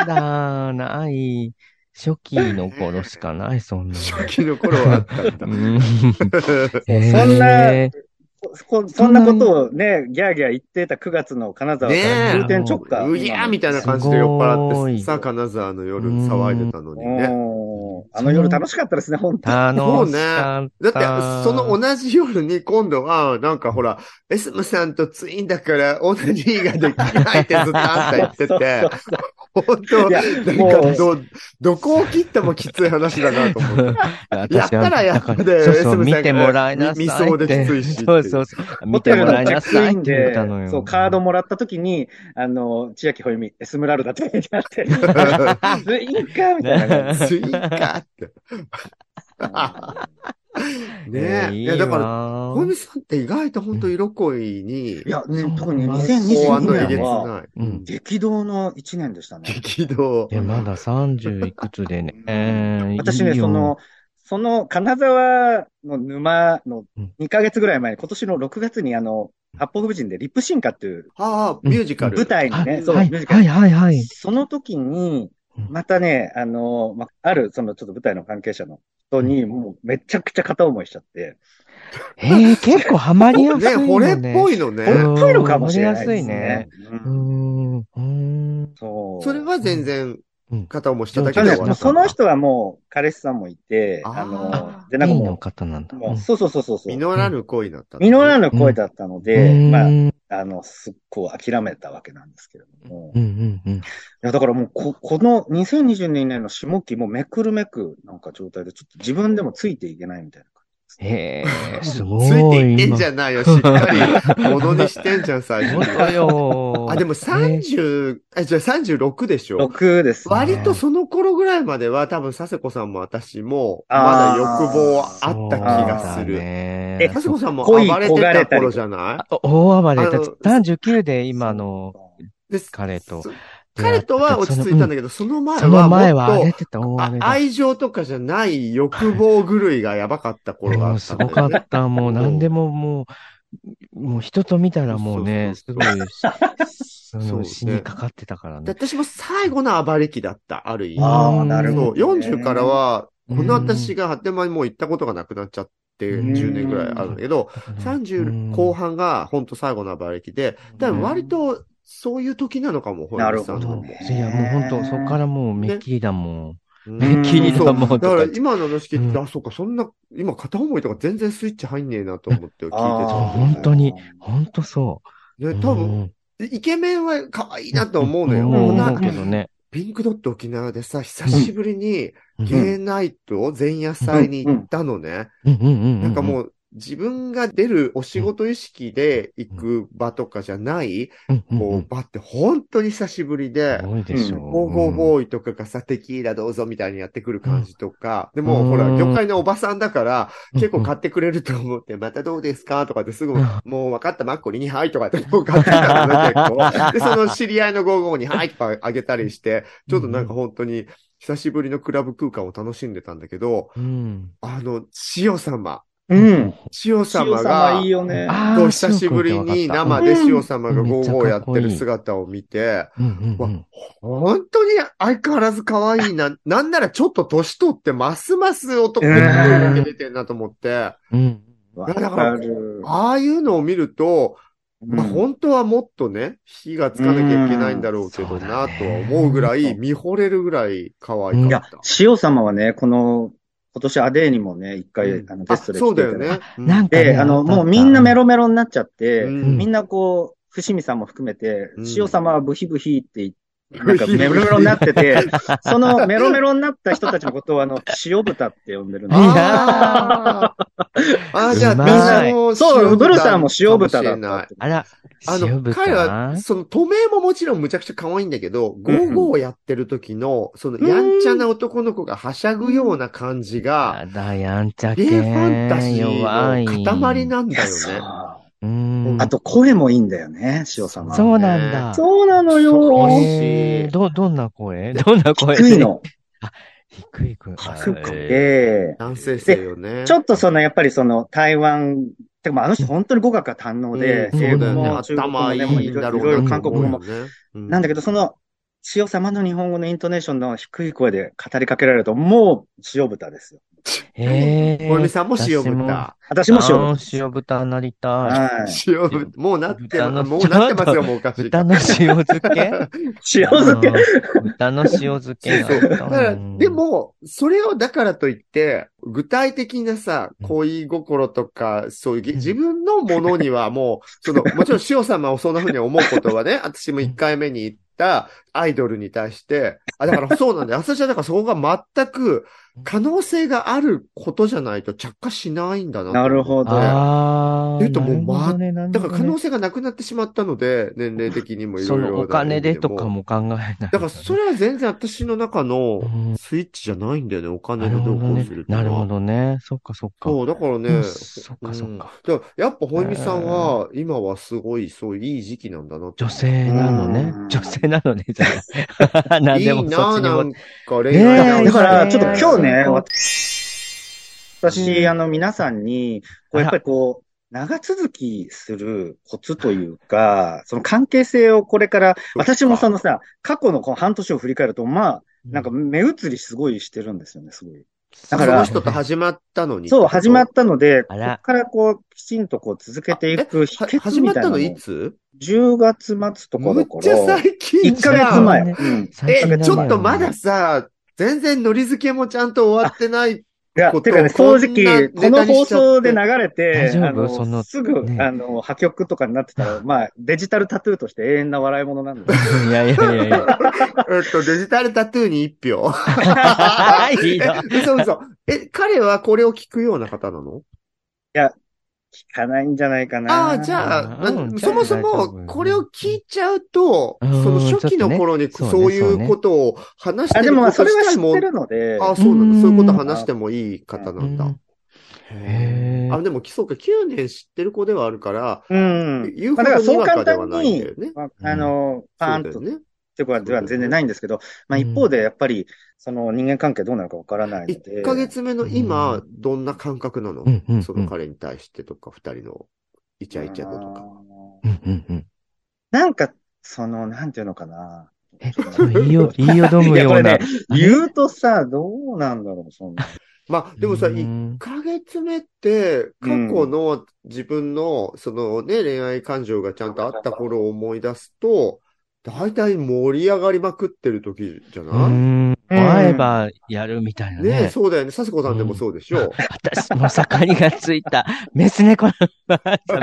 えだ、ない。初期の頃しかない、そんなの。
初期の頃はあったんだ
う。ん
そんな
へえ
こそんなことをね、ギャーギャー言ってた9月の金沢か
ねえ
ら重点直下。
うぎゃーみたいな感じで酔っ払って、さあ、金沢の夜騒いでたのにね。
おーあの夜楽しかったですね、本当に。
楽しかっ。
だったて、その同じ夜に今度は、なんかほら、エスムさんとツインだから、同じーができないってずっとあんた言ってて、本当
いや、
なん
も
か
う
ど、どこを切ってもきつい話だなと思 って。やったらやったで
そうそう、
SM
見てもらいなさいって。
み見そうできついしって
そうそうそう。見
ホ
て
テ
も
ルの
らい
チェ
な
ック
さ
イ
いって
ン
言っ
で
たの、よ。
そう、カードもらった時に、あの、千秋ほゆみ、エスムラルだって書いてあって、でいいかみたいな感じ。
スイカって。ねえ。いや、だから、
ら
小泉さんって意外と本当色恋に
い、や、ね
そう、
特に
公安
2022
のえげ
年
つ
は、
ない。
うん
激動の1年でしたね。
激動。
で、まだ30いくつでね。えー
私ね、
いいよ
その、その金沢の沼の
うん
2ヶ月ぐらい前に、今年の6月にあの、八方夫人でリップ進化っていう
ああ、ミュージカル。
舞台に
は
ね、
い、
そう、
はい、
ミュージカ
は
ル
い、はい、はい。
その時に
うん、
またね、あの、ま、ある、そのちょっと舞台の関係者の人に、もうめちゃくちゃ片思いしちゃって、
え ー、結構ハマりやすい
ね、
よね。
惚れっぽいの
こ
ね。
れっぽいのかもしれないですね。
うーん。うーん。
そう。
それは全然
うん
肩をもしただけ
た
で
だ
終
ね
わ
もう
った。
その人はもう、彼氏さんもいて、
あー
あの、で、
ゲ
なんか
イの
も
方なん
う、
だ。
もうそうそうそうそうそう。
実らぬ恋だったんだね。
実らぬ声だったの
う
で、
ん
ま
う
あ、
ん
あの、すっごい諦めたわけなんですけれども。
う
い
んうん。
や、だからもうこ、この2022年の下期もめくるめくなんか状態で、ちょっと自分でもついていけないみたいな感じです。
へ え、すごい。
ついていってんじゃないよ、しっかり。ものにしてんじゃん、最
今。本
初
当
に。
よ。
あ、でも30、あ、じゃあ36でしょ。
6ですね。
割とその頃ぐらいまでは多分佐世子さんも私もまだ欲望あった気がす
そう
る
だ。ね
え
佐世子さんも暴
恋
れてた頃じゃな
あ大暴れ
あ
だ。
の
39で今の
いです
彼と。
そ彼とは落ち着いたんだけど、その前
その前は
は
荒
も
れ
っと
てた、大
あ
荒れだ。
愛情とかじゃない欲望狂いがやばかった頃があ
もう
った
す
んだ
ごか
よね。
った。もう何でももう、もう人と見たらもうね、す
そう
ごい、そ
そう
の
ね
死にかかってたから
で
ね。
私も最後の暴れ期だった、ある意味。
ああ、なる
そ
ほ
う、
ど、
40から、は、こ
うん
の私が発展前にもう行ったことがなくなっちゃって、
うん
10年ぐらいあるんだけど、30後
半
半が本当最後の暴れ期で、多分割とそういう時なのかも、
なる
さ
ほ
ん
ど
の。
ね
いや、もう本当、そこからもうめっきりだもん。
うん
めっきり
そ
だ
う
もん。
だから
とか
今の話聞いて、
う
あ、そうか、そんな、今片思いとか全然スイッチ入んねえなと思って聞いて
あ
た
ー
ん
本当に、本当そ
で
う。
ね、多
う
分、
ん
イケメンは可愛いなと思うのよ。
ん
な
思うけどね。
ピンクドット沖縄でさ、久しぶりに
うん
ゲイナイトを前夜祭に行ったのね。
うんうんうんうん。
なんか
う、
もう自分が出るお仕事意識で行く場とかじゃない、こう場って本当に久しぶりで、
多いでしょ。
ゴーゴーボーイとかがさ、テキーラどうぞみたいにやってくる感じとか、でもほら、
うん
業界のおばさんだから、
うん
結構買ってくれると思って、またどうですかとかってすぐ、もう分かった、マッコリ2杯とかってもう買ってたの ね、結構。で、その知り合いのゴーゴーに杯とかあげたりして、ちょっとなんか本当に久しぶりのクラブ空間を楽しんでたんだけど、
うん。
あの、塩様。
うん。
塩様が
いい、よね。
あー
そう久しぶりに生で塩様がゴーゴーやってる姿を見て、
うんうんう
わ
ん。
本当に相変わらず可愛 いな。なんならちょっと年取ってますます男
う
の
ん
子が出てんなと思って、
うん。
わ
だか
からる。
ああいうのを見ると、まあ、本当はもっとね、火がつかなきゃいけないんだろうけど
うんそう
な
だ
と
ね
は思うぐらい、見惚れるぐらい可愛
い
か
や
っ、
塩様はね、この、今年アデーにもね、一
た。
回、
うん
あの、
あ
ゲストで
そう
来て
だ
いた
よね。うん
なんかね
で、あの、もうみんなメロメロになっちゃって、
うん
みんなこう、伏見さんも含めて、
うん
塩様はブヒブヒって言って、なん かメロメロになってて、そのメロメロになった人たちのことを あの、塩豚って呼んでるんで
あーあー、じゃあ、
うまい
私も
そう、
塩
ブルさんも塩
か
豚
し
だ
れ
っ
な
た
い
って。
あら、
あの、
塩豚
彼は、その、透明ももちろんむちゃくちゃ可愛いんだけど、ゴーゴーをやってる時の、その、やんちゃな男の子がはしゃぐような感じが、
やだ、やんちゃ
ゲ
系。
イファンタジ
弱い
ーの塊なんだ
そ
よね。
う
うん。
あと、声もいいんだよね、塩様。
そ
そう
うなんだ。
なの
そう
よ。
えーど、どんな声どんな声
低い。の。
低い声。あ
低く
え
て、
男性性よね。
ちょっとその、やっぱりその、台湾、てかまああの人本当に語学が堪能で、
うんんそうだよね。
も中国
頭
も
い
ね、もう
い
い
ん
ろ
だ
い
ろう
ろいろ韓国語も
と思うよね。
なんだけど、その、塩様の日本語のイントネーションの低い声で語りかけられると、もう塩豚ですよ。
ーえー。
もみさんも塩豚。
私も塩豚。
あー塩豚になりた
はい。
塩豚。もうなって
豚
ま、
の
もうなってますよ、もうおかし
い。
い。
豚の塩漬け
塩漬け。
うん豚の塩漬けなん
そう。だ
だ
から、
うん
でも、それをだからといって、具体的なさ、
うん
恋心とか、そういうげ、
うん
自分のものにはもう、その、もちろん塩様をそんな風に思うことは ね、私も一回目に言ったアイドルに対して、あ、だからそうなんだよ。私はだからそこが全く可能性があることじゃないと着火しないんだなと思って。
なるほど
ああ。
言うともう
なるほ
ま
どねなるほ
だ
どね
から可能性がなくなってしまったので、年齢的にもいろ
そ
いろ。
のお金でとか。も考えない。
だからそれは全然私の中の
うん
スイッチじゃないんだよね、お金
な
で
る
ど
ほ
う
ど
こう
ね
するっ。てい
な
うの
る
は
ほどね。そっかそっか。
そう、だからね、
うんそっかそっか。
うんだからやっぱ、ほいみさんは、今はすごい、そう、いい時期なんだなって
女性なのね
うん。
女性なのね。じゃ あ何
い
で
い
も
な
そっ
ぁ、
ちに
な
も
ん。か恋愛
ねえ
だか
い
ら、
い
ちょっ
ね
と今日ね、
うん
わ私、あの、皆さんに、こう、
あら
やっぱりこう、長続きするコツというか、その関係性をこれから、私もそのさ、過去のこう半年を振り返ると、まあ、なんか目移りすごいしてるんですよね、すごい。だか
その
ら、
人と始まったのに。
そう、始まったので、こ
あ
こ
ら
からこう、きちんとこう続けていく秘
は
訣
始ま
み
った
い
た
な
の
の
いつ
10月末とか
む
だ
っ
か
ちゃ
ら、
最近
1
じゃ
ヶ月
ん。
前。
そうね
うん。
最近だ
え、
ね
ちょっとまださ、全然ノリ付けもちゃんと終わってない。
いや、
こと
て
を
かね、
こ
正
んな
直、こ
ネタ
の
にし
放
ちゃって
送で流れて
大、丈夫
あ
その
の、すぐ、
ね
あの、破局とかになってた ら、まあ、デジタルタトゥーとして永遠な笑い物なんだ。
いやいやいやいや。
えっと、デジタルタトゥーに一票。
いいな
え嘘嘘。え、彼はこれを聞くような方なの
聞かないんじゃないかな。
ああ、じゃあ、
うん
なそもそ
大丈夫
も、これを聞いちゃうと、
う
そ
ん
の初期の頃に
ちょっとね
そうい
そうねそう
う
ね
ことを話して
あ、
る
でもまあ、それは
こと
知
自体も
ってるので、
あ、そうな
うん
の。そういうこと話してもいい方なんだ。
へ
あ、
ー
でも、そうか、9年知ってる子ではあるから、
うん。
言う
ま
ほ
あ、だから
どに
そう
わ
簡
かで
単
はないん
に
だよね。
まああの、パーンと
そうだよ
っ
ね。
てことでは全然ないんですけど、まあ
うん
一方でやっぱり、その人間関係どうなのかわからないので、
1ヶ月目の今、
う
どんな感覚なの、
うんうんうん
その彼に対してとか、二人のイチャイチャだとか。
あー
うんうんうん。
なんか、その、なんていうのかな。
え、そう言いよ、言いよどむよう
い
な
やこ。言うとさ、どうなんだろう、そん な。
まあ、でもさ、
うん
1ヶ月目って、過去の自分の、そのね、恋愛感情がちゃんとあった頃を思い出すと、大体盛り上がりまくってる時じゃ
う
ない、
ん。会えばやるみたいな
ね
ね。
そうだよね。幸子さんでもそうでしょ。
私の盛りがついた、メス猫の、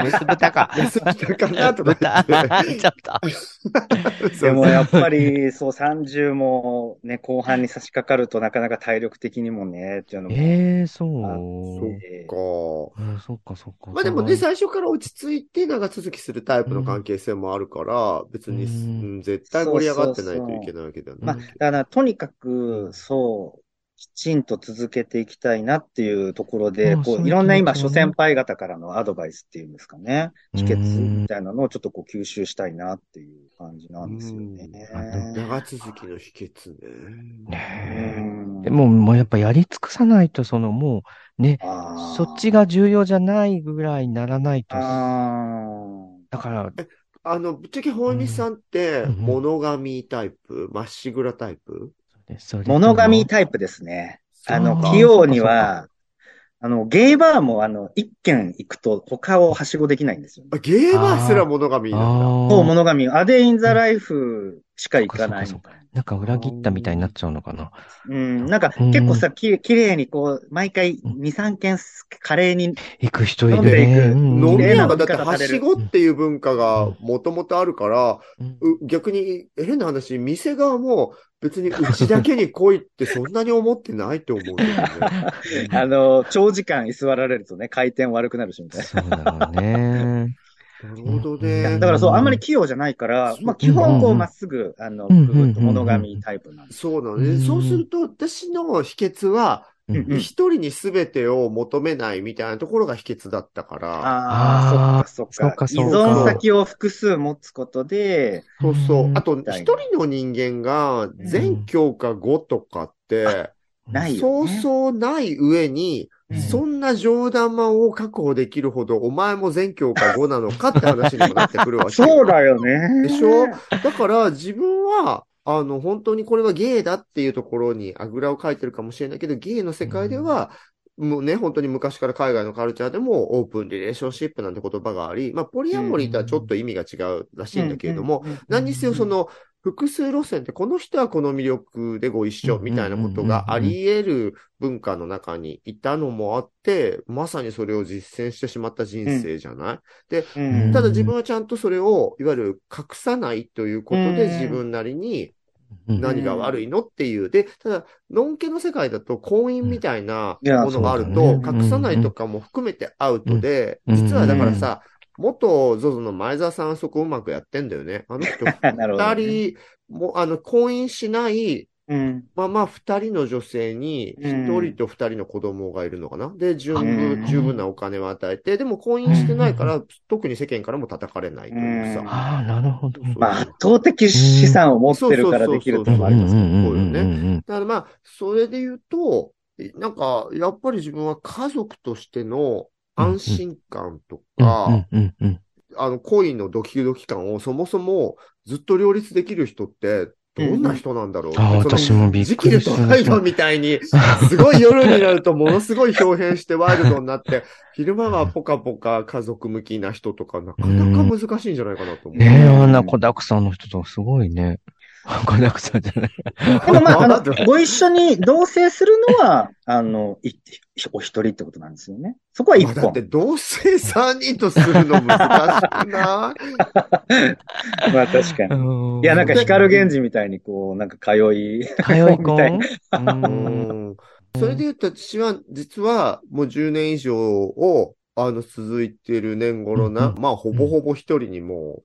メス豚か。
痩せてきたかなとか言
豚
って。
ちょっと。
そう
でもやっぱり、そう30もね、後半に差し掛かるとなかなか体力的にもね、っていうのも。
ええ、そ
あ
う。
え
そっか。
うんそっかそっか。
まあでもね、最初から落ち着いて長続きするタイプの関係性もあるから、別に、
うん
うん絶対盛り上がってないといけないわけでは
ーま
な
あ、
い
だ
けど。
からとにかく、そう、きちんと続けていきたいなっていうところで、
まあ
こ
そういう
う、いろんな今、
気持ち
諸
もね
先輩方からのアドバイスっていうんですかね、秘訣みたいなのをちょっとこう吸収したいなっていう感じなんですよ
うん
ね。
長続きの秘訣ね。
ね
うん
えでも、もうやっぱやり尽くさないと、そのもう、ね、
あー
そっちが重要じゃないぐらいにならないと。だ
あ
から、
あの、ぶっちゃけ本西さんって
うんうん、
物神タイプまっしぐらタイプ
それ
ー物神タイプですね。あ
そう
の、
か
器用には、あの、ゲイバーもあの、一軒行くと他をはしごできないんですよね
あ、。ゲーバーすら物神
あ
なんだ。
ー
そう、物神、アデインザライフしか行かない
そ
み
う
たいな。
なんか裏切ったみたいになっちゃうのかな。
うん、なんか結構さ、ききれいにこう、毎回2、3軒華麗に、
行く人いる
飲んでい
ね。
く
うん
飲み
綺麗な
屋が
飲み
だって、
方
は
され
し
る
ごっていう文化が
うん
もともとあるから、
うん
う逆に、変な話、店側も別にうちだけに来いってそんなに思ってないと思うけどね。
あの、長時間居座られるとね、回転悪くなるしみたいな。
そうだろうね。
なるほど
う
ね
ん。
だからそう、あんまり器用じゃないから、まあ基本こう、まっすぐ、あの、ぐーっと物神タイプなんです。
そうなの
う
ね。
ん
そうすると、私の秘訣は、
うん
うん
一人に全てを求めないみたいなところが秘訣だったから、
ああ、そっ
そっ
か
か
そ
そ
っ
っ
か。
か
依存先を複数持つことで、
そうそうう。
ん
あと、一人の人間が全教科5とかって、
ないよ
そう
ね。
そうない上に、
うん
そんな冗談魔を確保できるほど、お前も全教科5なのかって話にもなってくるわ け。
そうだよね。
でしょだから自分は、あの、本当にこれはゲイだっていうところにあぐらをかいてるかもしれないけど、ゲイの世界では、もうね、本当に昔から海外のカルチャーでもオープンリレーションシップなんて言葉があり、まあ、ポリアモリーとはちょっと意味が違うらしいんだけれども、
うんうんうん
何にせよその、複数路線ってこの人はこの魅力でご一緒みたいなことがあり得る文化の中にいたのもあって、まさにそれを実践してしまった人生じゃない、
うん
ただ自分はちゃんとそれを、いわゆる隠さないということ
う
で
ん
自分なりに
うん
何が悪いのっていう。で、ただ、のんけの世界だと婚姻みたいなものがある
い
と
やそうだ、ね
隠さないとかも含めてアウトで、
うん
実はだからさ、元 ZOZO の前澤さんはそこうまくやってんだよね。あの人、
なるほど、ね。
二人、もあの、婚姻しない、
うん。
まあまあ二人の女性に、
うん
一人と二人の子供がいるのかな。で、十
う
分、
ん
十分なお金を与えて、でも婚姻してないから、特に世間からも叩かれないという
うん
さ。
ああ、なるほど。
そうそう
まあ、圧倒的資産を持ってるからできるっていうのもありますね。
うんうんうんうん
だからまあ、それで言うと、えなんか、やっぱり自分は家族としての安心感と
うん
か、
うんうんうん
あの、恋のドキドキ感をそもそもずっと両立できる人って、どんな人なんだろう。
ああ、
その
私もびっ
ジ
く
キル
りし
と
た。
ハイドみたいに、すごい夜になるとものすごい表現してワイルドにな って、昼間はポカポカ家族向きな人とか、なかなか難しいんじゃないかなと思う。
ねえ、あんな子だくさんの人とかすごいね。 子だくさんじゃない。
でもまあ、あ
わかっ
の、
て
ご一緒に同棲するのは、あの、いお一人ってことなんですよね。そこは一
まあだっ
本
て。同性3人とするの難しくない
まあ確かに。いや、なんか光源氏みたいにこう、なんか通い。
通い
み
婚
たいな
う
うん
んそれで言うと私は、実はもう10年以上を、あの、続いてる年頃な、
うん
まあ、ほぼほぼ一人にも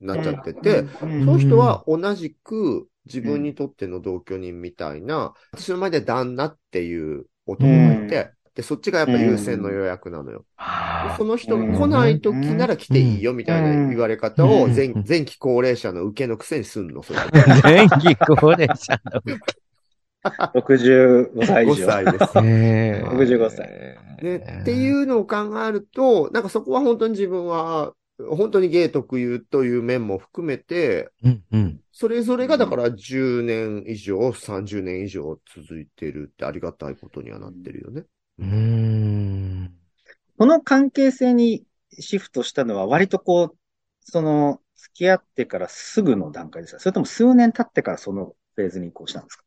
うなっちゃってて、
うん
その人は同じく自分にとっての同居人みたいな、私の前で旦那っていう男がいて、で、そっちがやっぱ優先の予約なのよ。で
あ
その人が来ない時なら来ていいよみたいな言われ方を
うん
前前期高齢者の受けのくせにすんの、それ。
ー前期高齢者
65歳以
5
上。
歳です。
の。ねえ
65歳。
ね、っていうのを考えると、なんかそこは本当に自分は、本当にゲイ特有という面も含めて、
うんうん。
それぞれがだから10年以上、30年以上続いてるってありがたいことにはなってるよね。
うーん。
この関係性にシフトしたのは、割とこう、その、付き合ってからすぐの段階ですかそれとも数年経ってからそのフェーズに移行したんですか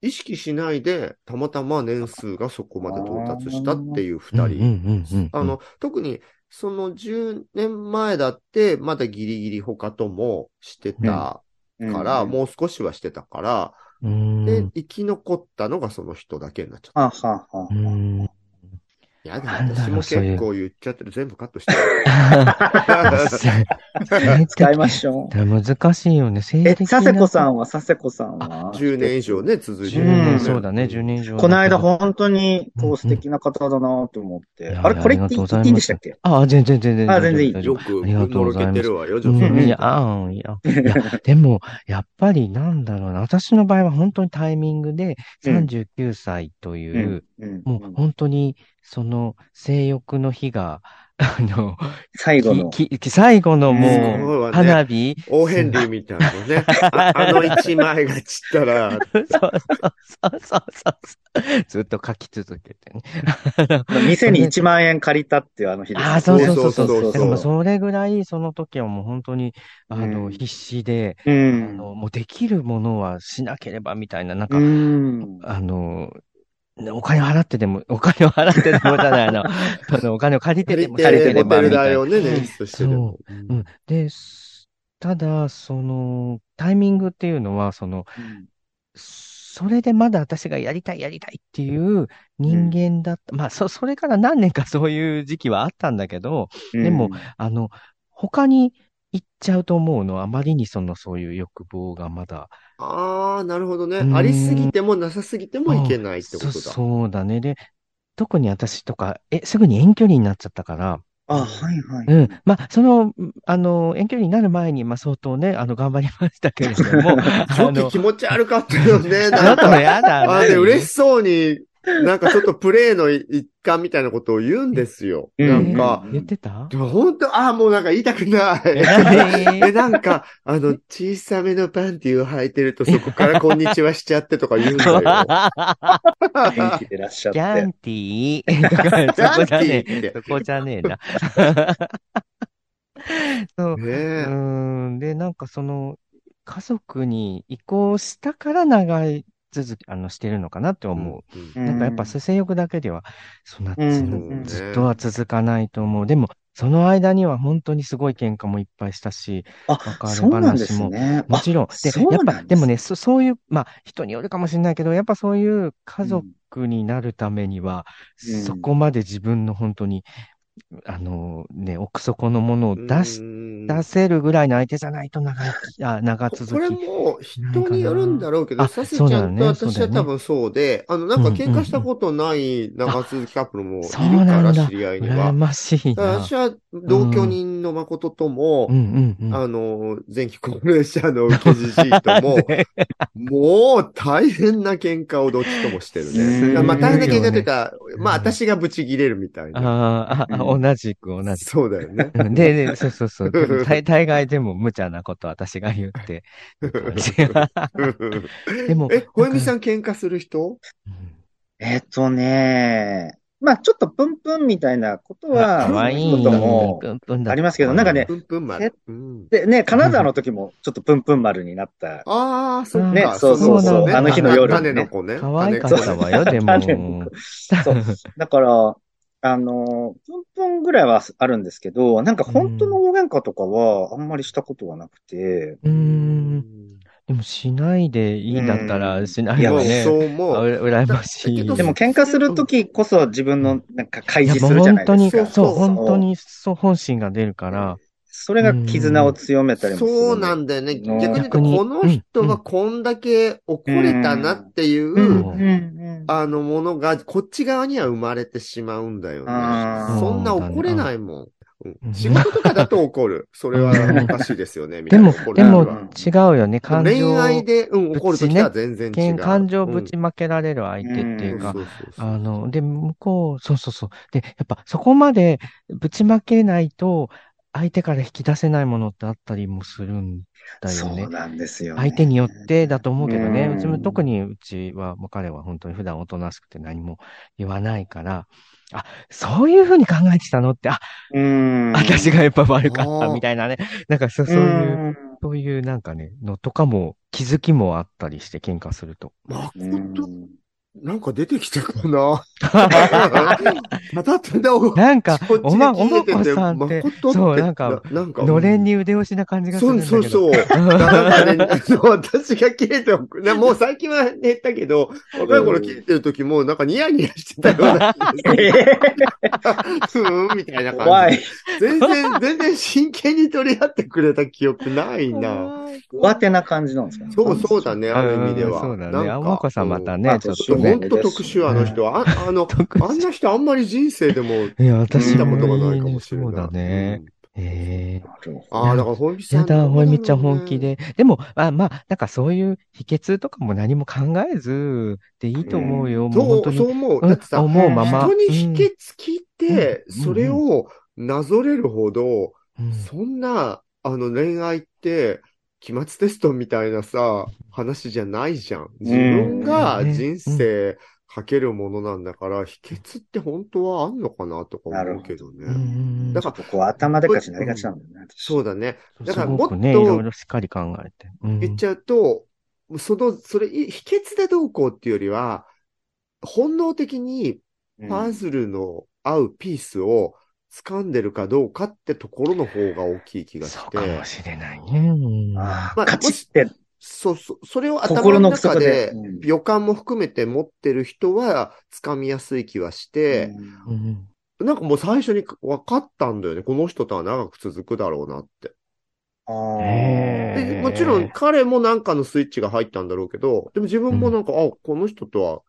意識しないで、たまたま年数がそこまで到達したっていう二人。
人
あの、、特に、その10年前だって、まだギリギリ他ともしてたから、もう少しはしてたから、
うん
で、生き残ったのがその人だけになっちゃった。
あはあはあはあ。
う ん。
やだ、
なんだ
私
ろ
も
うそういう
結構言っちゃってる。全部カットして
使いましょう。
難しいよね。
え、佐世子さ
ん。
んは佐世子さんは
10年以上ね、続いて
10
る、
年、
うん
そうだね、10年以上。
この間本当に
うん
こ
うん
う素敵な方だなと思って。
いや
あれ、これ言って
ありがとうございます
いいんでしたっけ
ああ、全然全然。
あ全然いい
大丈夫
よ
大丈
く、
ありがとう
の
ご
ろ
ざい
け
ます
てるわよ、
夫
女性。
うんいや、あん、いや。いや、でも、やっぱりなんだろうな。私の場合は本当にタイミングで
うん
39歳というう、
ん。うん
もう本当に、その、性欲の日が、あの、
最後の。
きき最後の
うん
すごい
も
わ
う、
ね
花火、
オーヘンリーみたいな ね。ああの一枚が散ったら、
そうそうそうそうそう。ずっと書き続けてね。
店に1万円借りたっていうあの日です。
ああ、そうそうそう
そ
そ。
うそうう
で
そう
も、それぐらい、その時はもう本当に、あ
う
の、
ん
必死で、
う
あ
ん。
の、もうできるものはしなければみたいな、なんか
う、ん。
あの、ねお金を払ってでも、 お金を払ってでもじゃない、あの、あのお金を借りて
借
で
り
も、借り
て、
てれ
ホ
ば
テ
み
ル
たい
代
な。
をね、捻出してでも。
うん、で、すただ、その、タイミングっていうのは、その、それでまだ私がやりたい、やりたいっていう人間だった。まあ、そ、それから何年かそういう時期はあったんだけど、
うん
でも、あの、他に行っちゃうと思うのは、あまりにその、そういう欲望がまだ。
ああ、なるほどね
う。ん
ありすぎてもなさすぎてもいけないってことだ。
そそうだね。で、特に私とか、え、すぐに遠距離になっちゃったから、
あ、はいはい。
うん。まあ、その、うんあの、遠距離になる前に、まあ、相当ね、あの、頑張りましたけれども、
ちょ
あ
っと
の、
気持ち悪かった よね。
あ
な
なんたも
か、
やだな。
あれ嬉しそうに、なんかちょっとプレイの一環みたいなことを言うんですよ。
うん
なんか、
言ってた
でも本当、ああ、もうなんか言いたくない。え、
え
なんか、あの、小さめのパンティを履いてると、そこからこんにちはしちゃってとか言うん だよ。
元気でいらっしゃっ
ギャ
て
ン。ティ ーそこじゃね
ギャンティー
え
っ、て
そこじゃねえな。 そう。
ね
う
え。
ーん。で、なんかその、家族に移行したから長い続き、あの、してるのかなって思う。
うん
なんかやっぱ性欲だけでは、そんな、
うん
そ
うんうん
のずっとは続かないと思う。でも、その間には本当にすごい喧嘩もいっぱいしたし、
あ、そうなんですね。
もちろん。で、
そう
やっ
な
ぱ、
ん
ですも、ね、そそういう、まあ、人によるかもしれないけど、やっぱそういう家族になるためには、
うん
そこまで自分の本当に、あのね、奥底のものを出し、
うん
出せるぐらいの相手じゃないと長い、あ長
こ
続き。
これも人によるんだろうけ
な
ど、
いかな
さ
あ
せちゃんと
そう
私
だよ
は
ね
多分そうで、あの、なんか喧嘩したことない長続きカップルもいるから、知り合いに
羨
は。
ましい
だから
な
私。は同居人の誠とも
う、んうんうん。
あの、前期高齢者の受けじじい とも、もう大変な喧嘩をどっちともしてる
すごいよ
ね。
ね
まあ大変な喧嘩というか、まあ私がブチギレるみたいな。
あーあ、
うん
同じく同じく。
そうだよね。
うんで、で、そうそうそう。でも大大概でも無茶なこと私が言って。でも、
え、ほえみさん喧嘩する人
えっとね、まあちょっとプンプンみたいなことは、
可愛い
こともありますけど、なんかね、
ぷんぷん丸。うん
で、ね、金沢の時もちょっとプンプン丸にな った。
ああ、そっか。
ね
そうそう
そう
ね
あの日の
夜ね
種の子ね。
可愛かっ
種
た
子
わよ、で
種
も
子。そう。だから、あの、プンプンぐらいはあるんですけど、なんか本当の大喧嘩とかはあんまりしたことはなくて、
うーん。でもしないでいいだった
う
ら
ん
しない
や
よ
も
ね。
そう思
あ
う。
うら羨ましい。
だけど
でも喧嘩する時こそ自分のなんか開
いや
示
も
す
う
るじゃな
本
い
当
で
に、
すか。
そう、本当。に、そう、本心が出るから。
それが絆を強めたりもする。
そうなんだよね。
うん
逆に言うと、
逆に
この人はこんだけ怒れたなっていうう、
ん、うん、うん。
あのものが、こっち側には生まれてしまうんだよね
あ。ー
そんな怒れないもん。う
うんん
仕事とかだと怒る。それはおかしいですよね、みた
で
いな。
も
怒、る
で
の
も
は
違うよね。感情
恋愛で、うん、怒るときは全然違う。
感情ぶちまけられる相手っていう
うん
か、
そうそうそう
あの、で、向こう、そうそうそう。で、やっぱそこまでぶちまけないと、相手から引き出せないものってあったりもするんだよ
そ
ね
う。なんですよね。
相手によってだと思うけどね。
うん
うちも、特にうちは、もう彼は本当に普段おとなしくて何も言わないから、あ、そういうふうに考えてたのって、あ、
うん。
私がやっぱ悪かっ
あー
たみたいなね。なんかそう、そういう、そういうなんかね、のとかも、気づきもあったりして喧嘩すると。
まこ
うん。
と、なんか出てきたかなまたってんだ、お
なんか、
こっちで
おま、お
聞
ま
いて
こ
て、
さんって、
誠って
そうなんか、
ななんか、
のれんに腕押しな感じがする
そ
ん
う
だけど。
そうそう。なんかね、そう私が切れておく、なもう最近は減ったけど、若い頃切れてる時も、なんかニヤニヤしてたような、うん、みたいな感じ。
怖い。。
全然、全然真剣に取り合ってくれた記憶ないな。
上手な感じなんですかね
そう、そうだね、ある意味では。
うんそうだ
なん
ね。
か
あ、まこさんまたね、
うん
ちょっとね
本。当特殊、あの人は。ああの、
特
あんな人あんまり人生でも
いや、
見
私
た
も
こ
ね
とがないかもしれない。
そうだね。ええ
なるほ
うん。ああ、だから、ほえみさん。
やだ、ほえみちゃん本気。で。でも、あまあ、なんかそういう秘訣とかも何も考えずでいいと思うよ。もう
そ
本当
う、
に。
そう思う。
うん
だってさ、
思うまま。
人に秘訣聞いて、
うん
それをなぞれるほど、
うんうん
そんな、あの恋愛って、期末テストみたいなさ、話じゃないじゃん。自分が人生かけるものなんだから、秘訣って本当はあんのかなとか思うけど
うんう
ね。
ん
だ
ど。
か
ちょっとこう頭でかちになりがちなんだよね。私
そうだね。だから
すごくね、い
もっと
ろいろしっかり考えて。うん
言っちゃうと、その、それ、い秘訣でどうこうっていうよりは、本能的に
うん
パズルの合うピースを掴んでるかどうかってところの方が大きい気が
そ
し
う
て。
かもしれないね。うん
あ
ま
あ、
あ
カチって、
そうそう、それを頭
心の
の
奥
中
底で
で
うん
予感も含めて持ってる人は掴みやすい気はして、
う
うんん
なんかもう最初に分かったんだよね。この人とは長く続くだろうなって。
あ
ね
ー
え
でもちろん彼もなんかのスイッチが入ったんだろうけど、でも自分もなんか、あ、この人とは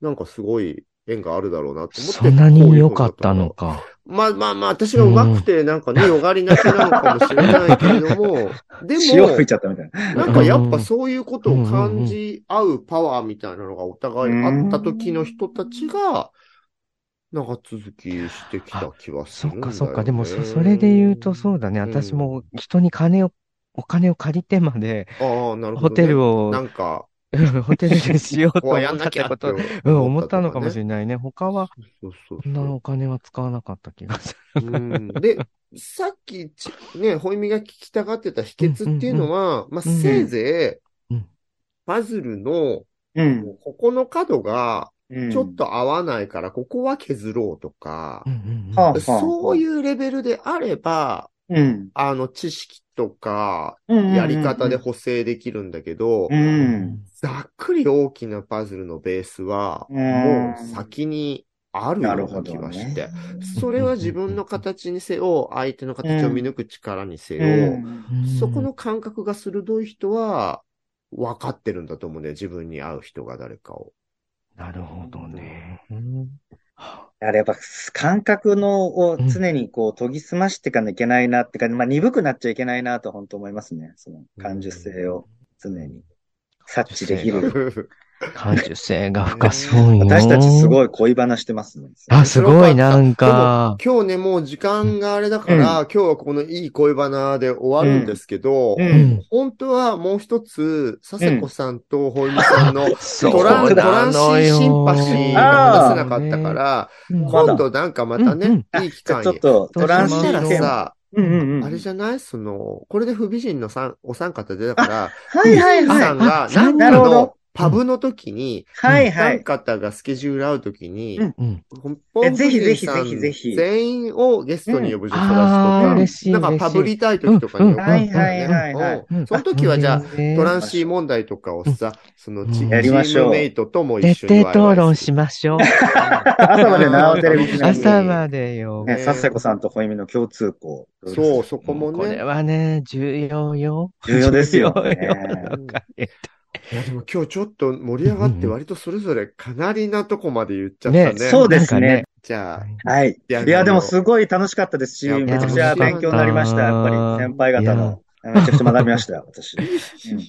なんかすごい縁があるだろうなって思って。
そんな
こう
に
いう
良
風
か
な
っ
ところ
たのか。
まあまあまあ、私が上手くてなん かね、よがりなしなのかもしれないけれども、で
潮吹い
も、
ちゃったみたいな。
なんかやっぱそういうことを感じ合うパワーみたいなのがお互いあった時の人たちが、長続きしてきた気はす
そ
るん
っ
だよ、
か
ね。
そっか。でもそ、それで言うとそうだね。
うん
私も人に金を、お金を借りてまで、
ああ、なるほどね、
ホテルを
なん
う
か、
ん ホテルでしようと
こ
思
うや
っ
ん
た
な
っ
き
て
ゃ
こ
って
と。うん、思ったのかもし
れ
れないね。他は、
ない。そうそう
そんなお金は使わなかった気がする。
うんで、さっきち、ね、ほいみが聞きたがってた秘訣っていうのは、まあ、
うん
せいぜい、
うん
パズルの、
うん。
ここの角が、
うん
ちょっ、と合わないから、ここは削ろうとか
う、ん
はあはあ
そういうレベルであれば、
うん。
あの、知識とか、
うん
やり方で補正できるんだけど
う、。
うんん
ざっくり大きなパズルのベースは、
うん
もう先にあるような気
なるほど
が
ね
して、それは自分の形にせよ、相手の形を見抜く力にせ
う
よ、
ん。
そこの感覚が鋭い人は、分かってるんだと思うね。自分に合う人が誰かを。
なるほどね。
あれやっぱ感覚のを常にこう研ぎ澄ましていかなきゃいけないなってか、まあ鈍くなっちゃいけないなと本当思いますね。その感受性を常に察知できる。
感受性が深そうよ。
私たちす
い。
ごい恋話してますね。
あ、すごい、なんか。
今日ね、もう時間があれだから、今日はこのいい恋バナで終わるんですけど、
う。
うんん。
本当はもう一つ、佐世子さんとほいみさんの
そ
トラン、
う
ト
な
ランシ
の
ー
よ。
シンパシーが話せなかったから、
うん
まだ
今度なんかまたね、いい機
じゃあ
会
ちょっ
に。
と
そう
ト
そ
ランシ
し
ー
た
テー
ら
マ。
さ、
うんうんうん。
あれじゃないその、これで不美人のさんお三方出たから、
はいはい
さ
は
んが
あ
なん
な
か
るほ
の
ど
パブの時に、
い。はいは
三
い。
方がスケジュール合う時に、
うん
うん
本邦
ぜひぜ
美人
ひ
さん
ぜひぜひ
全員をゲストに呼ぶ女性
ああ、
うん
嬉
だ
しい。
とか、なんかパブ
嬉し
りたい時とかに呼ぶとかね
うんはいはいはいはい
うん
うん
その時はじゃあ、
ト
トランシー問題とかをさ、そのチチ
うん
やりましょう
ームメイトとも一緒
徹
に
底討論
ま
しまし ょう。
朝までなおテレビ機能に
朝までよ。
ね、さっせこさんとほいみの共通項。
そう、そこも
これ
ね。
はね、重要よ。
重要ですよね
重要よなんかね
いや、でも今日ちょっと盛り上がって割とそれぞれかなりなとこまで言っちゃった
ね
ね。
そうですね
なんか
じゃあ、
はい。い
いや
や、でもすごい楽しかったですし、
いや
めちゃくちゃ勉強になりました。やっぱり先輩方の。めちゃくちゃ学びました、私。うん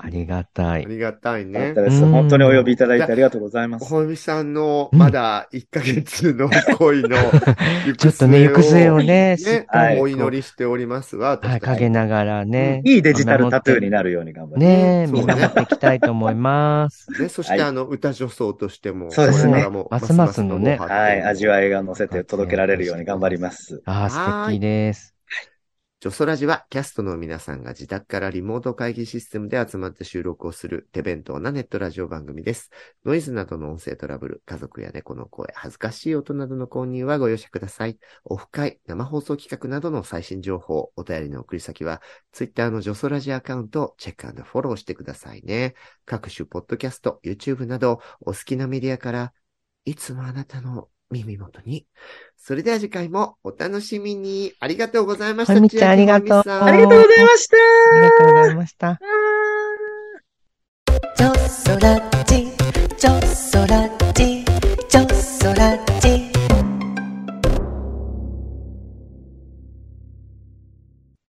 ありがた
あ
い。
りがたい
よか
ね
った。で
う
す。
ん
本当にお呼びいただいてありがとうございます。
ほみさんの
うん
まだ1ヶ月の恋の
ちょっとね、行く末をね、しっ
ね、
かりこ
お
う、
祈りしておりますわ。私
はい、
たち
陰ながらね。
いいデジタルタトゥーになるように頑張って。
ねえ、
そうね
見守っていきたいと思い ます。
ね、そし
はい
てあの、歌女装としても、
そうですね
これからも
ますますのね
はい。味わ
い。
いが乗せて届けられるように頑張ります。
ああ、素敵です。
ジョソラジは、キャストの皆さんが自宅からリモート会議システムで集まって収録をする手弁当なネットラジオ番組です。ノイズなどの音声トラブル、家族や猫の声、恥ずかしい音などの購入はご容赦ください。オフ会、生放送企画などの最新情報、お便りの送り先は、ツイッターのジョソラジアカウントをチェックフォローしてくださいね。各種ポッドキャスト、YouTube など、お好きなメディアから、いつもあなたの耳元に。それでは次回もお楽しみに。ありがとうございました。
ほみちゃん
千秋
ありがとう
ほみさん
ありがとうございました
ありがとうございました。
ちょそらじちょそら